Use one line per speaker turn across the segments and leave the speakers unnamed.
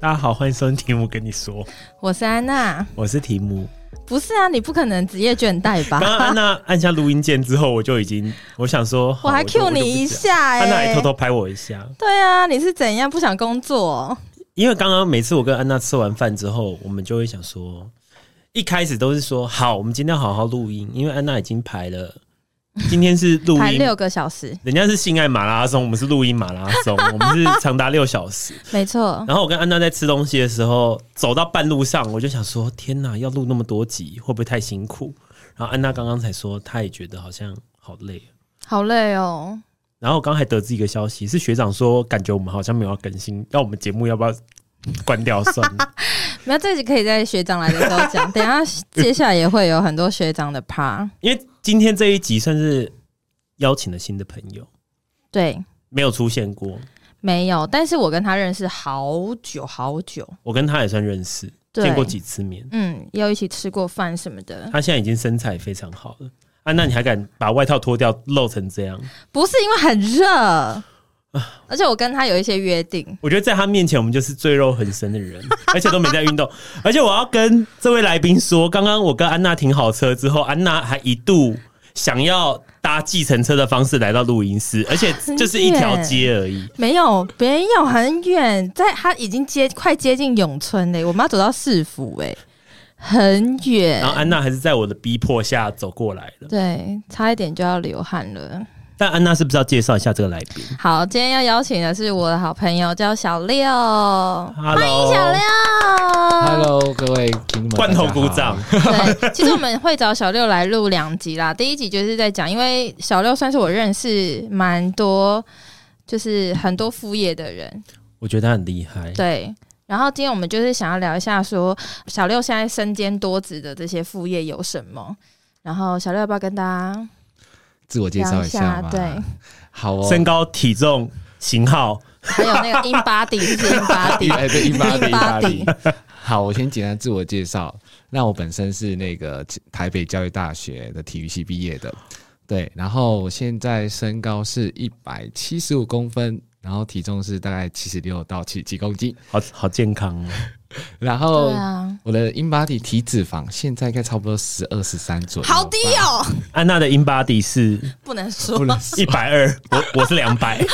大家好，欢迎收听题目跟你说，
我是安娜，
我是题目。
不是啊，你不可能职业倦怠吧
刚？刚安娜按下录音键之后，我就已经，我想说，好
我还
就
cue
就不
你一
讲
下哎、
安娜也偷偷拍我一下，
对啊，你是怎样不想工作？
因为刚刚每次我跟安娜吃完饭之后，我们就会想说，一开始都是说好，我们今天要好好录音，因为安娜已经排了，今天是录
排
音。
六个小时，
人家是性爱马拉松，我们是录音马拉松，我们是长达六小时。
没错，
然后我跟安娜在吃东西的时候，走到半路上，我就想说：天哪，要录那么多集，会不会太辛苦？然后安娜刚刚才说，她也觉得好像好累。
好累哦。
然后我刚还得知一个消息，是学长说，感觉我们好像没有要更新，要我们节目要不要关掉算了？
没有，这集可以在学长来的时候讲。等一下接下来也会有很多学长的趴。
因为今天这一集算是邀请了新的朋友，
对，
没有出现过，
没有，但是我跟他认识好久好久，
我跟他也算认识，
对
见过几次面。
嗯，又一起吃过饭什么的。
他现在已经身材非常好了。安娜，你还敢把外套脱掉，露成这样？
不是因为很热，
啊
而且我跟他有一些约定。
我觉得在他面前，我们就是赘肉很深的人， 而且都没在运动。而且我要跟这位来宾说，刚刚我跟安娜停好车之后，安娜还一度想要搭计程车的方式来到录音
啊
室，而且就是一条街而已。
没有，没有很远，在他已经接快接近永春嘞，我们要走到市府哎，很远
然。后安娜还是在我的逼迫下走过来了。
对，差一点就要流汗了。
但安娜是不是要介绍一下这个来宾
好，今天要邀请的是我的好朋友，叫小六，欢迎
？Hello，
小六。
Hello，各位听众们，
罐头鼓掌。
对，其实我们会找小六来录两集啦。第一集就是在讲，因为小六算是我认识蛮多，就是很多副业的人，
我觉得他很厉害。
对。然后今天我们就是想要聊一下说，小六现在身兼多职的这些副业有什么？然后小六要不要跟大家
自我介
聊
绍
一
一
下
下？嘛。
对，，
好哦。
身高、体重、型号，
还有那个 in body 是不是 in body
哎，对，一八零
In
一八
body
零。好，我先简单自我介绍。那我本身是那个台北教育大学的体育系毕业的，对。然后我现在身高是一百七十五公分，然后体重是大概七十六到七几公斤。
好好健康哦。
然
对
后
啊，
我的 in body 体脂肪现在应该差不多十二十三左右，
好低，哦，
安娜的 in body 是
不能说
不能
一百二，我我是两百。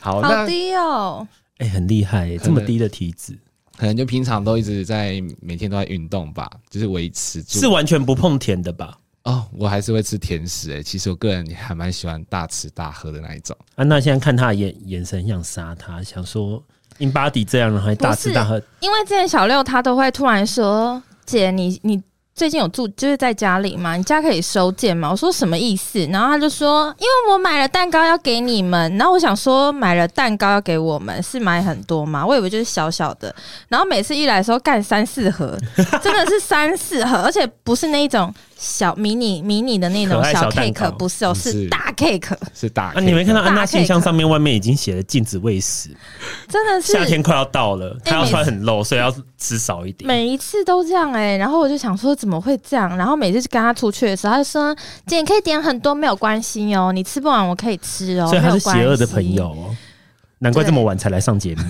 好，
好
那
低哦，
哎、很厉害耶，这么低的体脂，
可能就平常都一直在每天都在运动吧，就是维持住。
是完全不碰甜的吧？
哦，我还是会吃甜食诶、其实我个人也还蛮喜欢大吃大喝的那一种。
安娜啊现在看他的眼眼神，想杀他，想说 in body 这样，然后还大吃大喝，
因为之前小六他都会突然说：“姐，你你最近有住就是在家里吗？你家可以收件吗？”我说什么意思？然后他就说：“因为我买了蛋糕要给你们。”然后我想说买了蛋糕要给我们是买很多吗？我以为就是小小的。然后每次一来的时候干三四盒，真的是三四盒，而且不是那一种小迷你迷你的那种
可爱小蛋
cake，
糕嗯
不是哦，
不是
是大 cake，
是大
啊，你没看到
大
安娜信箱
cake
上面外面已经写了禁止喂食，
真的是
夏天快要到了，
哎
她要
每次
穿很露，所以要吃少一点。
每一次都这样哎、然后我就想说怎么会这样？然后每次跟他出去的时候，他就说：“姐，你可以点很多，没有关系哦，你吃不完我可以吃哦。”
所以她
没
是
有关
邪恶的朋
系
友，哦，难怪这么晚才来上节目。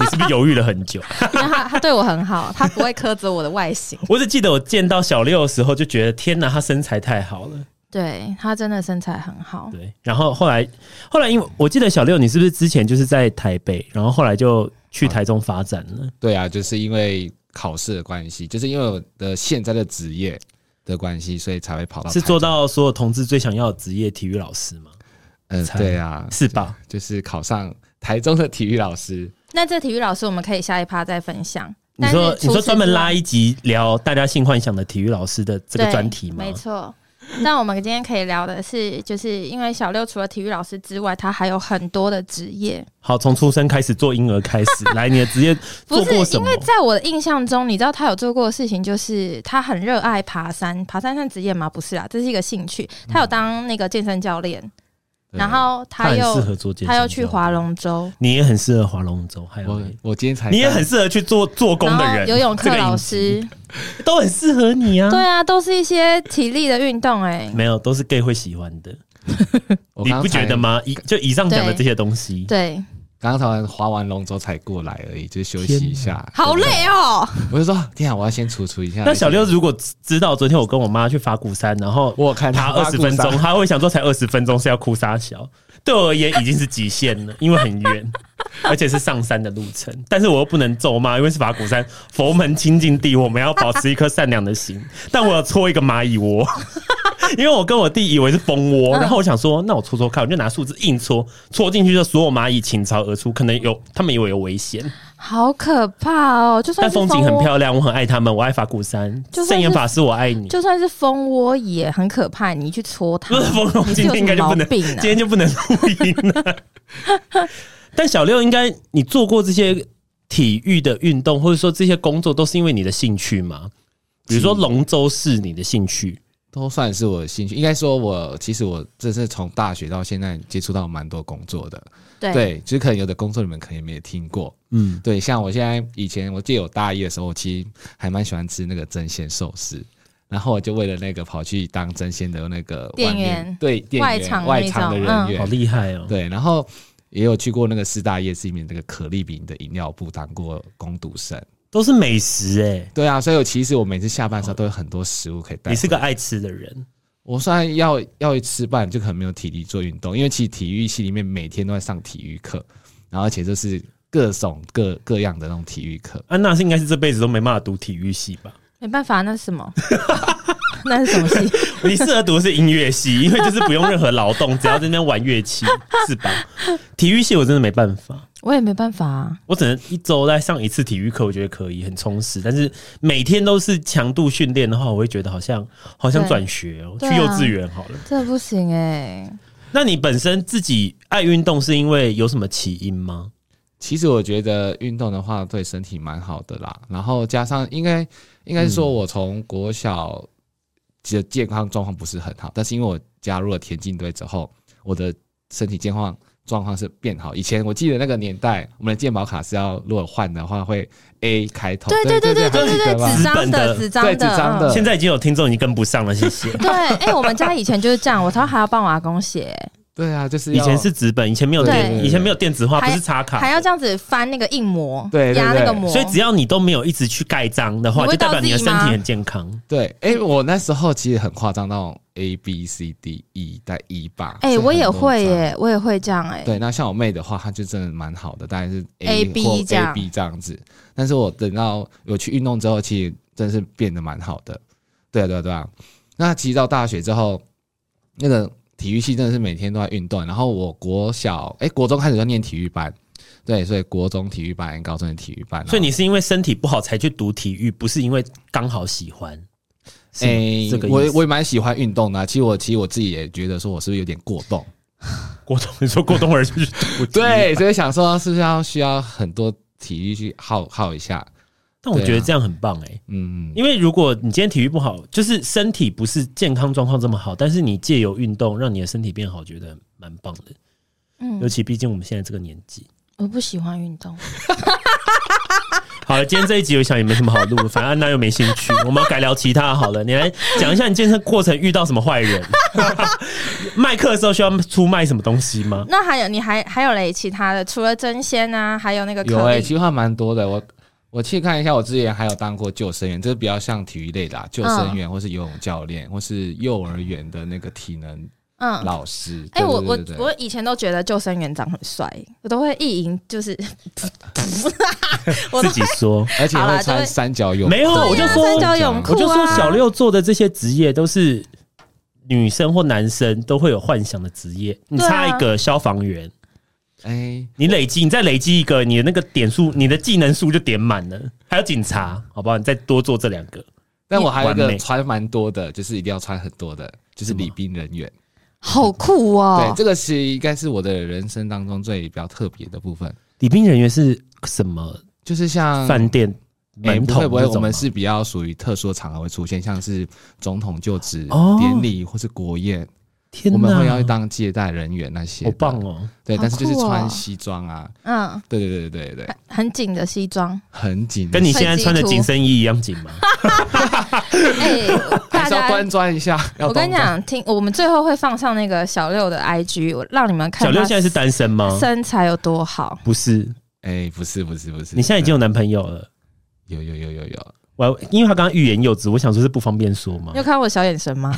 你是不是犹豫了很久？
因为他他对我 很好，他不会苛责我的外形。
我只记得我见到小六的时候就觉得，天哪，她身材太好了。
对他真的身材很好，
对，然后后来后来，因为我记得小六，你是不是之前就是在台北，然后后来就去台中发展了？
对啊，就是因为考试的关系，就是因为我的现在的职业的关系，所以才会跑到
是
台
做到所有同志最想要的职业体育老师吗？
嗯、
才
对啊，
是吧？
就是考上台中的体育老师。
那这体育老师我们可以下一趴再分享。
你
但是
说
除
你说
此
专门
之
拉
外
一集聊大家性幻想的体育老师的这个
对
专题吗？
没错。那我们今天可以聊的是，就是因为小六除了体育老师之外，他还有很多的职业。
好，从出生开始做婴儿开始，来你的职业
不
做
是
过什
因
么
为？在我的印象中，你知道他有做过的事情，就是他很热爱爬山，爬山算职业吗？不是啦，这是一个兴趣。他有当那个健身教练，
对
然后
他
他
很
又
适合做健身，
他又去划，龙舟，
你也很适合划龙舟，还有
我我今天才
你也很适合去做做工
然
的
后
人，
游泳
这
课
个
老
影
师，
集都很适合你啊。
对啊，都是一些体力的运动、欸。哎，
没有，都是 gay 会喜欢的。
我
你
刚
不觉
才
得？吗？以就以上讲的
对
这些东西，
对，
刚刚才完划完龙舟才过来而已，就休息一下。
好累哦，
我就说天啊，我要先除除一下。
那小六如果知知道昨天我跟我妈去法鼓山，然后
我有看
他
他
二十分
发
钟，
鼓山
他会想说才二十分钟是要哭沙小，对我而言已经是极限了，因为很远，而且是上山的路程。但是我又不能咒骂，因为是法鼓山佛门清净地，我们要保持一颗善良的心。但我要搓一个蚂蚁窝， 因为我跟我弟以为是蜂
嗯
窝，然后我想说，那我搓搓看，我就拿树枝硬搓，搓进去就所有蚂蚁倾巢而出，可能有他们以为有危险，
好可怕哦！就算
但
是
风景很
蜂窝
漂亮，我很爱他们，我爱法鼓山，
就算是
圣严法师我爱你。
就算是蜂窝也很可怕，你去戳它
不是，丰隆，
你是
今天
有什
应
么
该就
毛
不能，
病
今
啊？
天就不能录音了。 但小六应该，你做过这些体育的运动，或者说这些工作，都是因为你的兴趣吗？比如说龙舟是你的兴趣，
都算是我的兴趣。应该说我，其实我这是从大学到现在接触到蛮多工作的。
对
对，就是可能有的工作你们可能也没有听过。
嗯，
对，像我现在以前，我记得我大一的时候，我其实还蛮喜欢吃那个蒸鲜寿司。然后我就为了那个跑去当蒸鲜的那个
店
外面
员
对店
外
员
场的
外
那
场的
种
人
嗯
员
好，厉害哦！
对，然后也有去过那个四大夜市里面那个可丽饼的饮料部当过工读生。
都是美食哎、
对啊，所以我其实我每次下班的时候都有很多食物可以带。
你是个爱吃的人，
我虽然要要一吃饭，就可能没有体力做运动，因为其实体育系里面每天都在上体育课，然后而且就是各种各各样的那种体育课。
安啊娜是应该是这辈子都没办法读体育系吧？
没办法，那是什么？ 那是什么戏？
你适合读的是音乐系，因为就是不用任何劳动， 只要在那边玩乐器，是吧？体育系我真的没办法。
我也没办法啊。
我只能一周再上一次体育课，我觉得可以很充实。但是每天都是强度训练的话，我会觉得好像好像
对
转学哦、去
对啊
幼稚园好了。
这不行哎、
那你本身自己爱运动是因为有什么起因吗？
其实我觉得运动的话对身体蛮好的啦，然后加上应该应该是说我从国小的健康状况不是很好，但是因为我加入了田径队之后，我的身体健康状况是变好。以前我记得那个年代，我们的健保卡是要如果换的话会 A 开头，
对对对对对对
还记得吧
对，纸张
对
的
纸
纸张的，
对纸张的
嗯
现在已经有听众已经跟不上了，谢谢。
对，哎、我们家以前就是这样，我超还要帮我阿公写，
对啊，就是
以
要
前是纸本，以前没有
对
电，以前没有电子化，不
还
是插卡，
还要这样子翻那个印模，
对对
压那
对
个模，
所以只要你都没有一直去盖章的话，
你
就
会
代表你的
倒
身
地吗
体很健康。
对，哎、我那时候其实很夸张，那种 A B C D E 带 E 吧，
哎、
是
我也
很多
会
张
耶、我也会这样哎、
对，那像我妹的话，她就真的蛮好的，大概是 A
A
B
B 这
A
样
B 这样子。但是我等到有去运动之后，其实真的是变得蛮好的。对啊，对啊，对啊。那其实到大学之后，那个体育系真的是每天都在运动。然后我国小，哎、国中开始就念体育班，对，所以国中体育班、高中的体育班。
所以你是因为身体不好才去读体育，不是因为刚好喜欢。是吗
哎、
这个
我
意
也
思
我也蛮喜欢运动的啊、其实我其实我自己也觉得说，我是不是有点过动？
郭董，你说郭董儿就是读体育
对，所以想说是不是要需要很多体育去耗耗一下？
但我觉
对
得
啊
这样很棒哎、
嗯，
因为如果你今天体育不好，就是身体不是健康状况这么好，但是你借由运动让你的身体变好，觉得蛮棒的。尤
嗯，
其毕竟我们现在这个年纪。
我不喜欢运动，
好了，今天这一集我想也没什么好录，反正安娜又没兴趣，我们改聊其他好了。你来讲一下你健身过程遇到什么坏人？ 卖课的时候需要出卖什么东西吗？
那还有你还还有嘞其他的，除了针鲜啊，还有那个
有
可
哎、
丽，
其实还蛮多的。我我去看一下，我之前还有当过救生员，这是比较像体育类的、
嗯
啊，救生员或是游泳教练，或是幼儿园的那个体能
嗯，
老师。
哎、
对
我
对
我
对对
我以前都觉得救生员长很帅，我都会意淫，就是我
自
都
己说。
而且
好啦
会
就
穿
会
三角泳裤，
没有对啊我就说
三角泳裤
我就说
啊
小六做的这些职业都是女生或男生都会有幻想的职业，你
对啊
差一个消防员。
哎、
你累积，你再累积一个，你的那个点数，你的技能数就点满了。还有警察，好不好？你再多做这两个。
但我还有一
完
个
美
穿蛮多的，就是一定要穿很多的，就是礼宾人员。
好酷哦
对，！这个是应该是我的人生当中最比较特别的部分，
礼宾人员是什么？
就是像
饭店
哎
门
不
头
会不会，
那种
我们
吗
是比较属于特殊的场合会出现，像是总统就职
哦
典礼或是国宴。
天
我
哪，
们会要当接待人员那些，
好棒！哦！
对，
好
但是就是
酷哦
穿西装啊，
嗯，
对对对对对对，
很紧的西 装。
很紧，
跟你现在
设计
穿的
图
紧身衣一样紧吗？
哎、
还
大
是要
家，
端庄一下。要
我跟你
端
讲，听我们最后会放上那个小六的 IG，我让你们看
小六
他
现在是啊单身吗？
身材有多好。
不是，
庄，哎，不是不是不是，
你现在已经有男朋友了。
有有有有有，
我因为他刚刚欲言又止，我想说是不方便说嘛
你有，看我小眼神吗？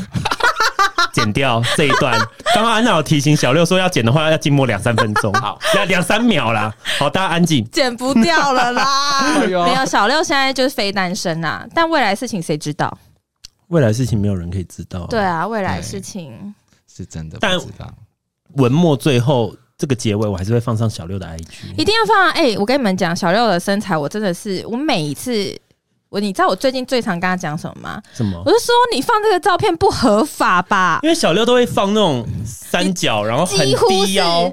剪掉这一段。刚刚安娜有提醒小六说要剪的话要静默两三分钟，
好，
两两三秒啦。好，大家安静。
剪不掉了啦
哎呦
没有，小六现在就是非单身啦，但未来事情谁知道？
哦未来事情没有人可以知道。
对，啊，未来
对
事情
是真的
但
不知道。
文末最后这个结尾我还是会放上小六的 IG。
一定要放啊。哎、我跟你们讲，小六的身材，我真的是，我每一次。我你知道我最近最常跟他讲什么吗？
什么
我？就说你放这个照片不合法吧，
因为小六都会放那种三角，然后很
几乎是
低腰，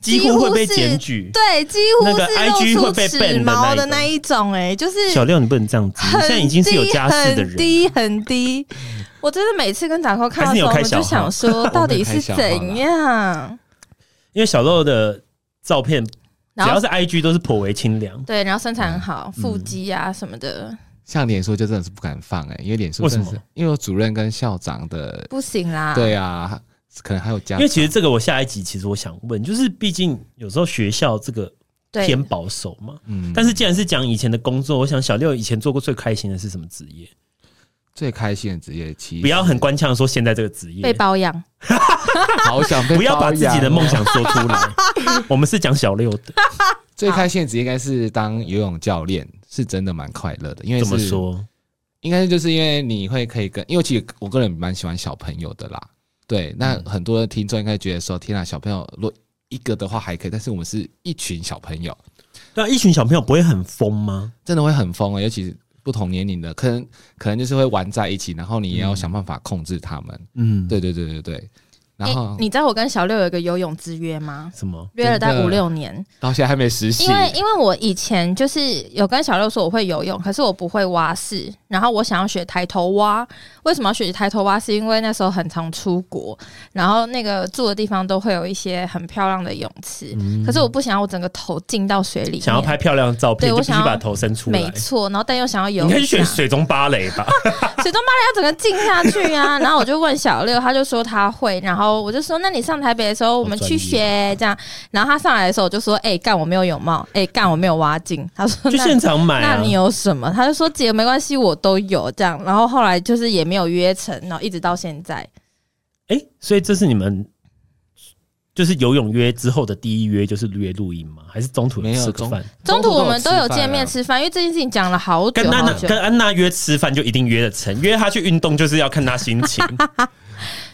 几
几乎
乎会被
是
检举。
对，几乎
那个
是
IG
露
会
出
被
齿
ban 的
毛的那
那
一种、哎，就是
小六，你不能这样子，你
很
现在已经是有家室的
低很
人。
低很低。我真的每次跟掌扣看到
还是你
的
有
时候，
开
我就
小号
想说，到底是怎样？
因为小六的照片只
然
要
后
是 IG 都是颇为清凉。
对，然后身材很好，
嗯
腹肌啊什么的，
像脸书就真的是不敢放哎、因为脸书
为
真的
什
是
么
因为我主任跟校长的，
不行啦。
对啊，可能还有家
因为其实这个我下一集其实我想问，就是毕竟有时候学校这个偏
对，
保守嘛，
嗯
但是既然是讲以前的工作，我想小六以前做过最开心的是什么职业？
最开心的职业其实
不要很官腔地说现在这个职
被
业，
包养。
好想被
不要把
包
自
养
己的梦
哦
想说出 来。我们是讲小六的，
最开心的职业应该是当游泳教练，是真的蛮快乐的，因为
怎么
是
说？
应该就是因为你会可以跟，因为其实我个人蛮喜欢小朋友的啦。
嗯
对，那很多的听众应该觉得说，天啊，小朋友如果一个的话还可以，但是我们是一群小朋友，
对啊，一群小朋友不会很疯吗？
真的会很疯啊、尤其是不同年龄的，可能可能就是会玩在一起，然后你也要想办法控制他们。
嗯，
对对对对对，然
诶
后
你知道我跟小六有一个游泳之约吗？
什么？
约了大概
真的
五六年，
到现在还没实习
因，为因为我以前就是有跟小六说我会游泳，可是我不会蛙式，然后我想要学抬头蛙。为什么要学抬头蛙？是因为那时候很常出国，然后那个住的地方都会有一些很漂亮的泳池，可是我不想要我整个头浸到水里
嗯
面，
想要拍漂亮的照片，
对
就
我
必须
想要
把头伸出来。
没错，然后但又想要
你
游
应
一
该去
下
选水中芭蕾吧？
水中芭蕾要整个浸下去啊！然后我就问小六，他就说他会，然后我就说那你上台北的时候我们去学这样。然后他上来的时候我就说，哎、干我没有泳帽，哎、干我没有蛙镜。他说
去
那
现场买
那
啊
你！有什么？他就说姐没关系，我都有这样。然后后来就是也没有约成，然后一直到现在。
哎，所以这是你们就是游泳约之后的第一约，就是约录音吗？还是中途
没有
吃个
中
饭？
中途我们都有见面
中
吃饭，因为这件事情讲了好
啊跟
久啊
安
好
娜
久。
跟安娜约吃饭就一定约得成，约她去运动就是要看她心 情。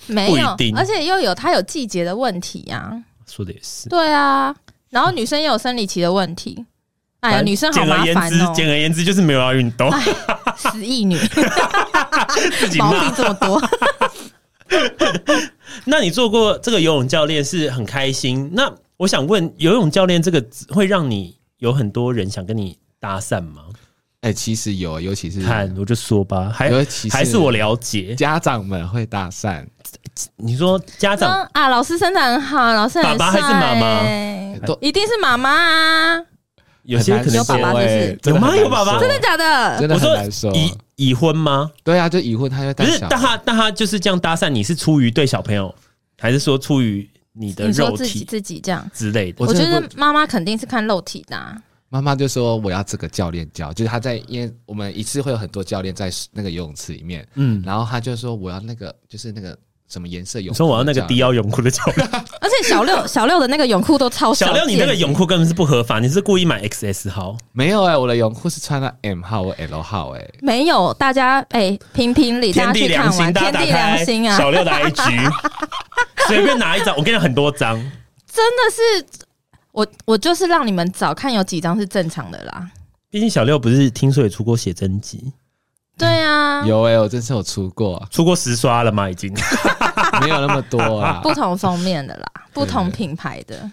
没有
不一，定
而且又有他有季节的问题啊，
说的也是。
对啊。然后女生也有生理期的问题，哎
反
呀，
正
女生好麻
简而
烦
言
哦
之，，简而言之就是没有要运动，
死异女。
自己
毛
骂
病。这么 多。
那你做过这个游泳教练是很开心。那我想问，游泳教练这个会让你有很多人想跟你搭讪吗？
哎、其实有，尤其是
看我就说吧，还
尤其
还是我了解。
家长们会搭讪，
你说家
说
长
啊，老师身材很好，老师很
爸
帅、
爸还是妈妈
欸
都
一定是妈妈啊！
嗯有些可
很
能
难
有爸爸
嫌
说
就是
哎
有吗有爸爸
真的假的？
真的
我
很
说
难啊说。
已已婚吗？
对啊，就已婚，他就会
不
带
是，
小
但他但他就是这样搭讪，你是出于对小朋友，还是说出于你的
你说
肉
自己
体
自己这样，
之类的？
我
我
觉
真的
得妈妈肯定是看肉体的、啊。
妈妈就说我要这个教练教，就是他在，因为我们一次会有很多教练在那个游泳池里面，
嗯，
然后他就说我要那个就是那个什么颜色泳裤的教练，
你说我要那个低腰泳裤 的教练，
而且小 六小六的那个泳裤都超小
小
件
六，你那个泳裤根本是不合法，你是故意买 XS 号。
没有哎、我的泳裤是穿了 M 号或 L 号哎、
没有？大家哎、评评理，
天
大家
地
去
良
看
心，
完
大家
天
打
地良
开
心啊！
小 六的 IG，随便拿一张，我跟你讲很多张，
真的是我我就是让你们找看有几张是正常的啦。
毕竟小六不是听说也出过写真集，，
对啊，
有哎、我真是有出过
出过十刷了吗？已经。
没有那么多啊。
不同封面的啦，不同
对对
品牌的。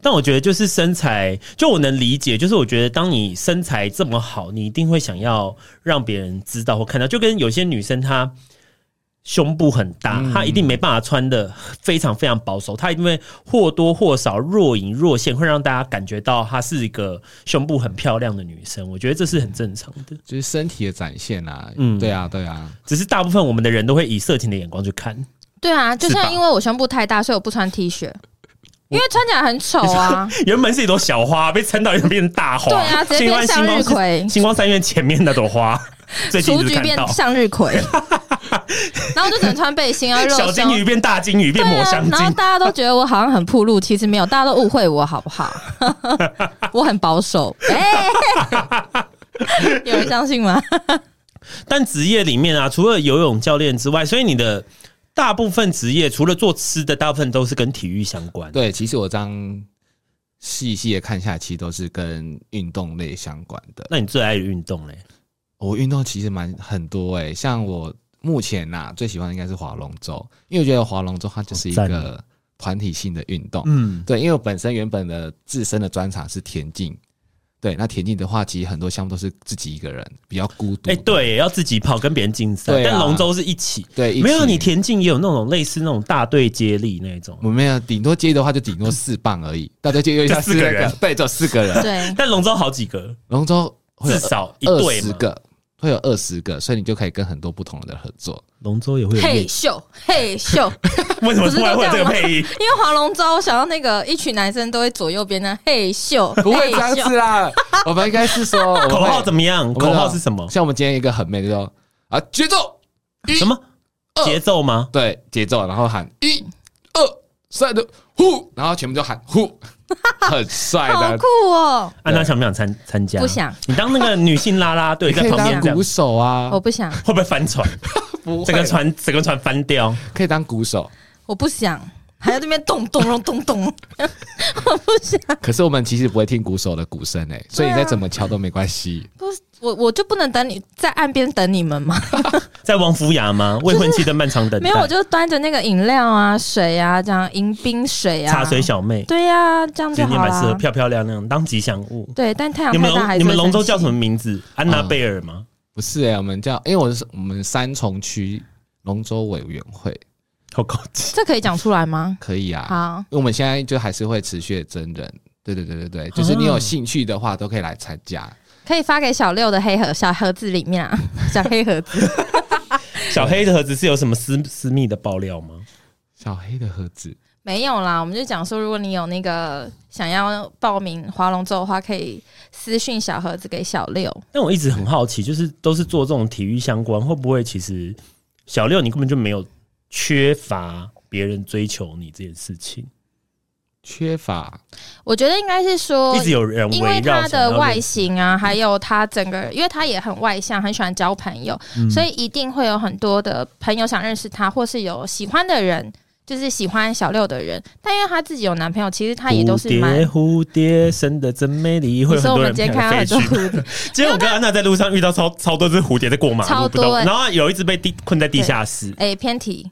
但我觉得就是身材，就我能理解，就是我觉得当你身材这么好，你一定会想要让别人知道或看到，就跟有些女生她。胸部很大，
嗯
他一定没办法穿的非常非常保守，他一定会或多或少若隐若现，会让大家感觉到她是一个胸部很漂亮的女生。我觉得这是很正常的，
就是身体的展现啊，
嗯
嗯，对啊，对啊，
只是大部分我们的人都会以色情的眼光去看。
对啊，就是
吧
像因为我胸部太大，所以我不穿 T 恤，因为穿起来很丑 啊。
原本是一朵小花，被撑到一变成大花，
对啊直接
现在
变向日葵
星光三院前面那朵 花，最近一
雏
直
菊
看
变
到
向日葵， 然后我就只能穿 背 心，然后啊
小
露
金鱼
胸。
变大金鱼变
对
抹
啊
香，
然后
鲸。
大家都觉得我好像很铺路，其实没有，大家都误会我好不 好？我很保守，哎、有人相信吗？
但职业里面啊，除了游泳教练之外，所以你的大部分职业除了做吃的，大部分都是跟体育相关。
对，其实我这样细细的看下来，其实都是跟运动类相关的。
那你最爱的运动嘞？
我运动其实蛮很多诶、像我目前呐、最喜欢的应该是划龙舟，因为我觉得划龙舟它就是一
好赞哦
个团体性的运动。
嗯，
对，因为我本身原本的自身的专长是田径，对，那田径的话，其实很多项目都是自己一个人，比较孤独。
哎、对，要自己跑，跟别人竞赛。
对啊
但龙舟是一起，
对，一
没有啊
起
你田径也有那种类似那种大队接力那种，
我没有，顶多接的话就顶多四棒而已，大家就有一下
就四
四
个
个
人
人，对，就四个人。
对，
但龙舟好几个，
龙舟嗯会
至
有
少一
二
队
十
嘛。
个，会有二十个，所以你就可以跟很多不同的人合作。
龙舟也会有
嘿
练，
咻嘿咻，
为什么
不是
突然
都
会有这个
这样吗
配音？
因为划龙舟，我想到那个一群男生都会左右边呢，啊嘿咻，
不会
嘿
这样
咻
子啦，我们应该是说我们会
口号怎么样？
我们
口
的
号是什么？
像我们今天一个很美的说啊，节奏
什么
二
节奏吗？
对节奏，然后喊一二三的呼，然后全部就喊 呼，很帅
好
的
酷。哦！
安啊娜想不想参参加？
不想。
你当那个女性啦啦队
你可
在
以
旁边
当
这样
鼓，手啊，
我不想，
会不会翻船？
不
整
会
个船整个船翻掉？
可以当鼓手。
我不想，还在那边咚咚咚咚咚，我不想，
可是我们其实不会听鼓手的鼓声 诶，所以你再怎么敲都没关系。
不是，我我就不能等你在岸边等你们吗？
在王府崖吗？未婚妻 的漫长等待，
没有，我就端着那个饮料啊、水啊，这样迎宾水啊，
茶水小妹，
对呀、这样
其
就
实你
好
蛮适合
了。
漂漂亮亮当吉祥物。
对，但太阳
你
太
们
大
龙
还是
你们
会
龙舟
生气
叫什么？名字？安娜
嗯
贝尔吗？
不是欸诶，我们叫，因为我是我们三重区龙舟委员会，
好高级。
这可以讲出来吗？
可以啊。
好，
因为我们现在就还是会持续的真人，对对对对对，就是你有兴趣的话都可以来参加。
可以发给小六的黑盒小盒子里 面啊，小黑盒子。
小黑的盒子是有什么私私密的爆料吗？
小黑的盒子，
没有啦，我们就讲说，如果你有那个想要报名划龙舟的话，可以私讯小盒子给小六。
但我一直很好奇，就是都是做这种体育相关，会不会其实小六你根本就没有缺乏别人追求你这件事情，
缺乏
我觉得应该是说
一，直有人
因
围
为
绕
他
想要
的
认
外形啊，还有他整个，因为他也很外向，很喜欢交朋友，
嗯
所以一定会有很多的朋友想认识他，或是有喜欢的人，就是喜欢小六的人。但因为他自己有男朋友，其实他也都是蛮
蝴蝶，。蝴蝶生的真美丽，会
你
有很
说
多
我们
人
今天
飘
看到
来飞
很
去
多。蝴蝶，
结果我跟安娜在路上遇到超超多只蝴蝶在过马路，
超
不懂
多欸
然后有一只被地困在地下 室。
哎、偏题。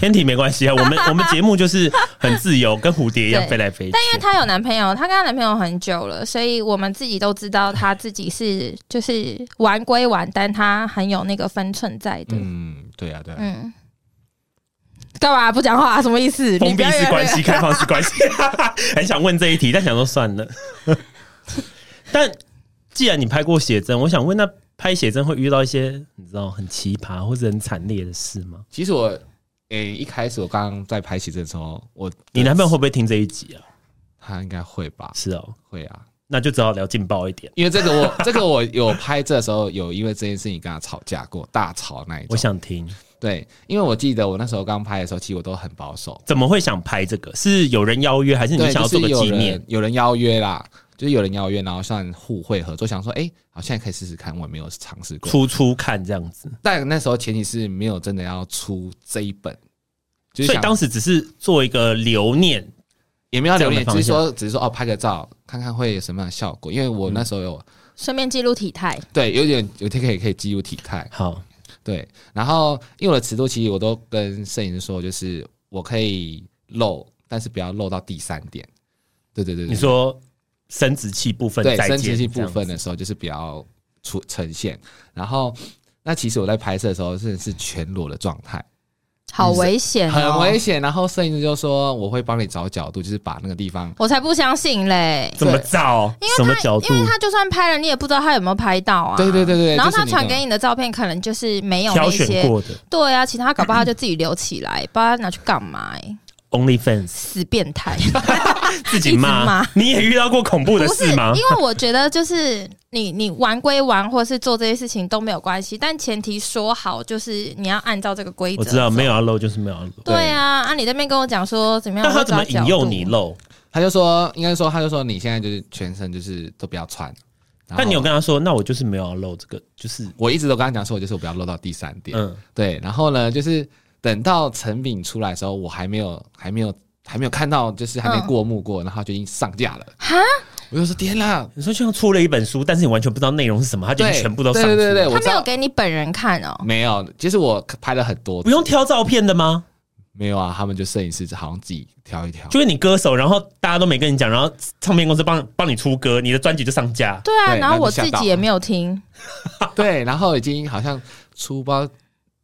天体没关系啊，我们我们节目就是很自由，跟蝴蝶一样
对
飞来飞去。
但因为她有男朋友，她跟她男朋友很久了，所以我们自己都知道她自己是就是玩归玩，但她很有那个分寸在的。
嗯，对啊，对啊，
嗯，干、嘛不讲话、什么意思？你
封
不
闭
要
式
越
关系、开放式关系，很想问这一题，但想说算 了。但既然你拍过写真，我想问，那拍写真会遇到一些你知道很奇葩或者很惨烈的事吗？
其实我诶、一开始我刚刚在拍写真的时候，我
你男朋友会不会听这一集啊？
他应该会吧？
是哦，
会啊，
那就只好聊劲爆一点。
因为这个我 这个我有拍这的时候有因为这件事情跟他吵架过，大吵那一
我
种。
想听，
对，因为我记得我那时候刚拍的时候，其实我都很保守，
怎么会想拍这个？是有人邀约，还是你
对，
想
就
要
是
做个
有
纪念
人？有人邀约啦，就是有人邀约，然后像互惠合作，想说，哎、好，现在可以试试看，我也没有尝试过。
出出看这样子？
但那时候前提是没有真的要出这一本，就是
所以
想
当时只是做一个留念，
也没有留
这样的
念，
方
只是说只是说哦，拍个照看看会有什么样的效果。因为我那时候有、
顺便记录体态，
对有点有天可以可以记录体态，
好，
对。然后因为我的尺度其实我都跟摄影师说，就是我可以露，但是不要露到第三点。对对对对，
你说生殖器部分
对
再
生
见，
殖器部分
这样子
的时候，就是比较出呈现。然后，那其实我在拍摄的时候，真的是全裸的状态，
好危险、哦，
很危险。然后摄影师就说我会帮你找角度，就是把那个地方
我才不相信嘞。
怎么照？
因
什么
为他，
角度？
因为他就算拍了，你也不知道他有没有拍到啊。
对对对对
然后
就
他
是你
传
的
给你的照片，可能就是没有
挑
那
选
些。
过的
对啊，其他搞不好他就自己留起 来，不知道拿去干嘛、欸。
OnlyFans
死变 态！
自
一
己
直
骂
骂，
你也遇到过恐怖的
不是，
事吗？
因为我觉得就是你你玩归玩，或是做这些事情都没有关系，但前提说好就是你要按照这个规则。
我知道没有。要露就是没有要露，
对啊，啊，你这边跟我讲说怎么样？
那他怎么
我会抓
引
角
诱
度
你？露？
他就说，应该说，他就说你现在就是全身就是都不要穿。然后
但你有跟他说，那我就是没有要露这个，就是
我一直都跟他讲说，我就是我不要漏到第三点。
嗯，
对，然后呢，就是等到成品出来的时候，我还没有还没有还没有看到，就是还没
嗯
过目过，然后就已经上架了。
哈，
我就说天啦，
你说就像出了一本书，但是你完全不知道内容是什么，他就已
对，
经全部都上
对
去
对对对，
了
我
他
知
没有
道
给你本人看哦。
没有，其实我拍了很多，
不用挑照片的吗？
没有啊，他们就摄影师好像自己挑一挑。
就是你歌手，然后大家都没跟你讲，然后唱片公司帮帮你出歌，你的专辑就上 架。
对啊，
对
然后
那
我
就吓
自
到
己也没有听，
对，然后已经好像出包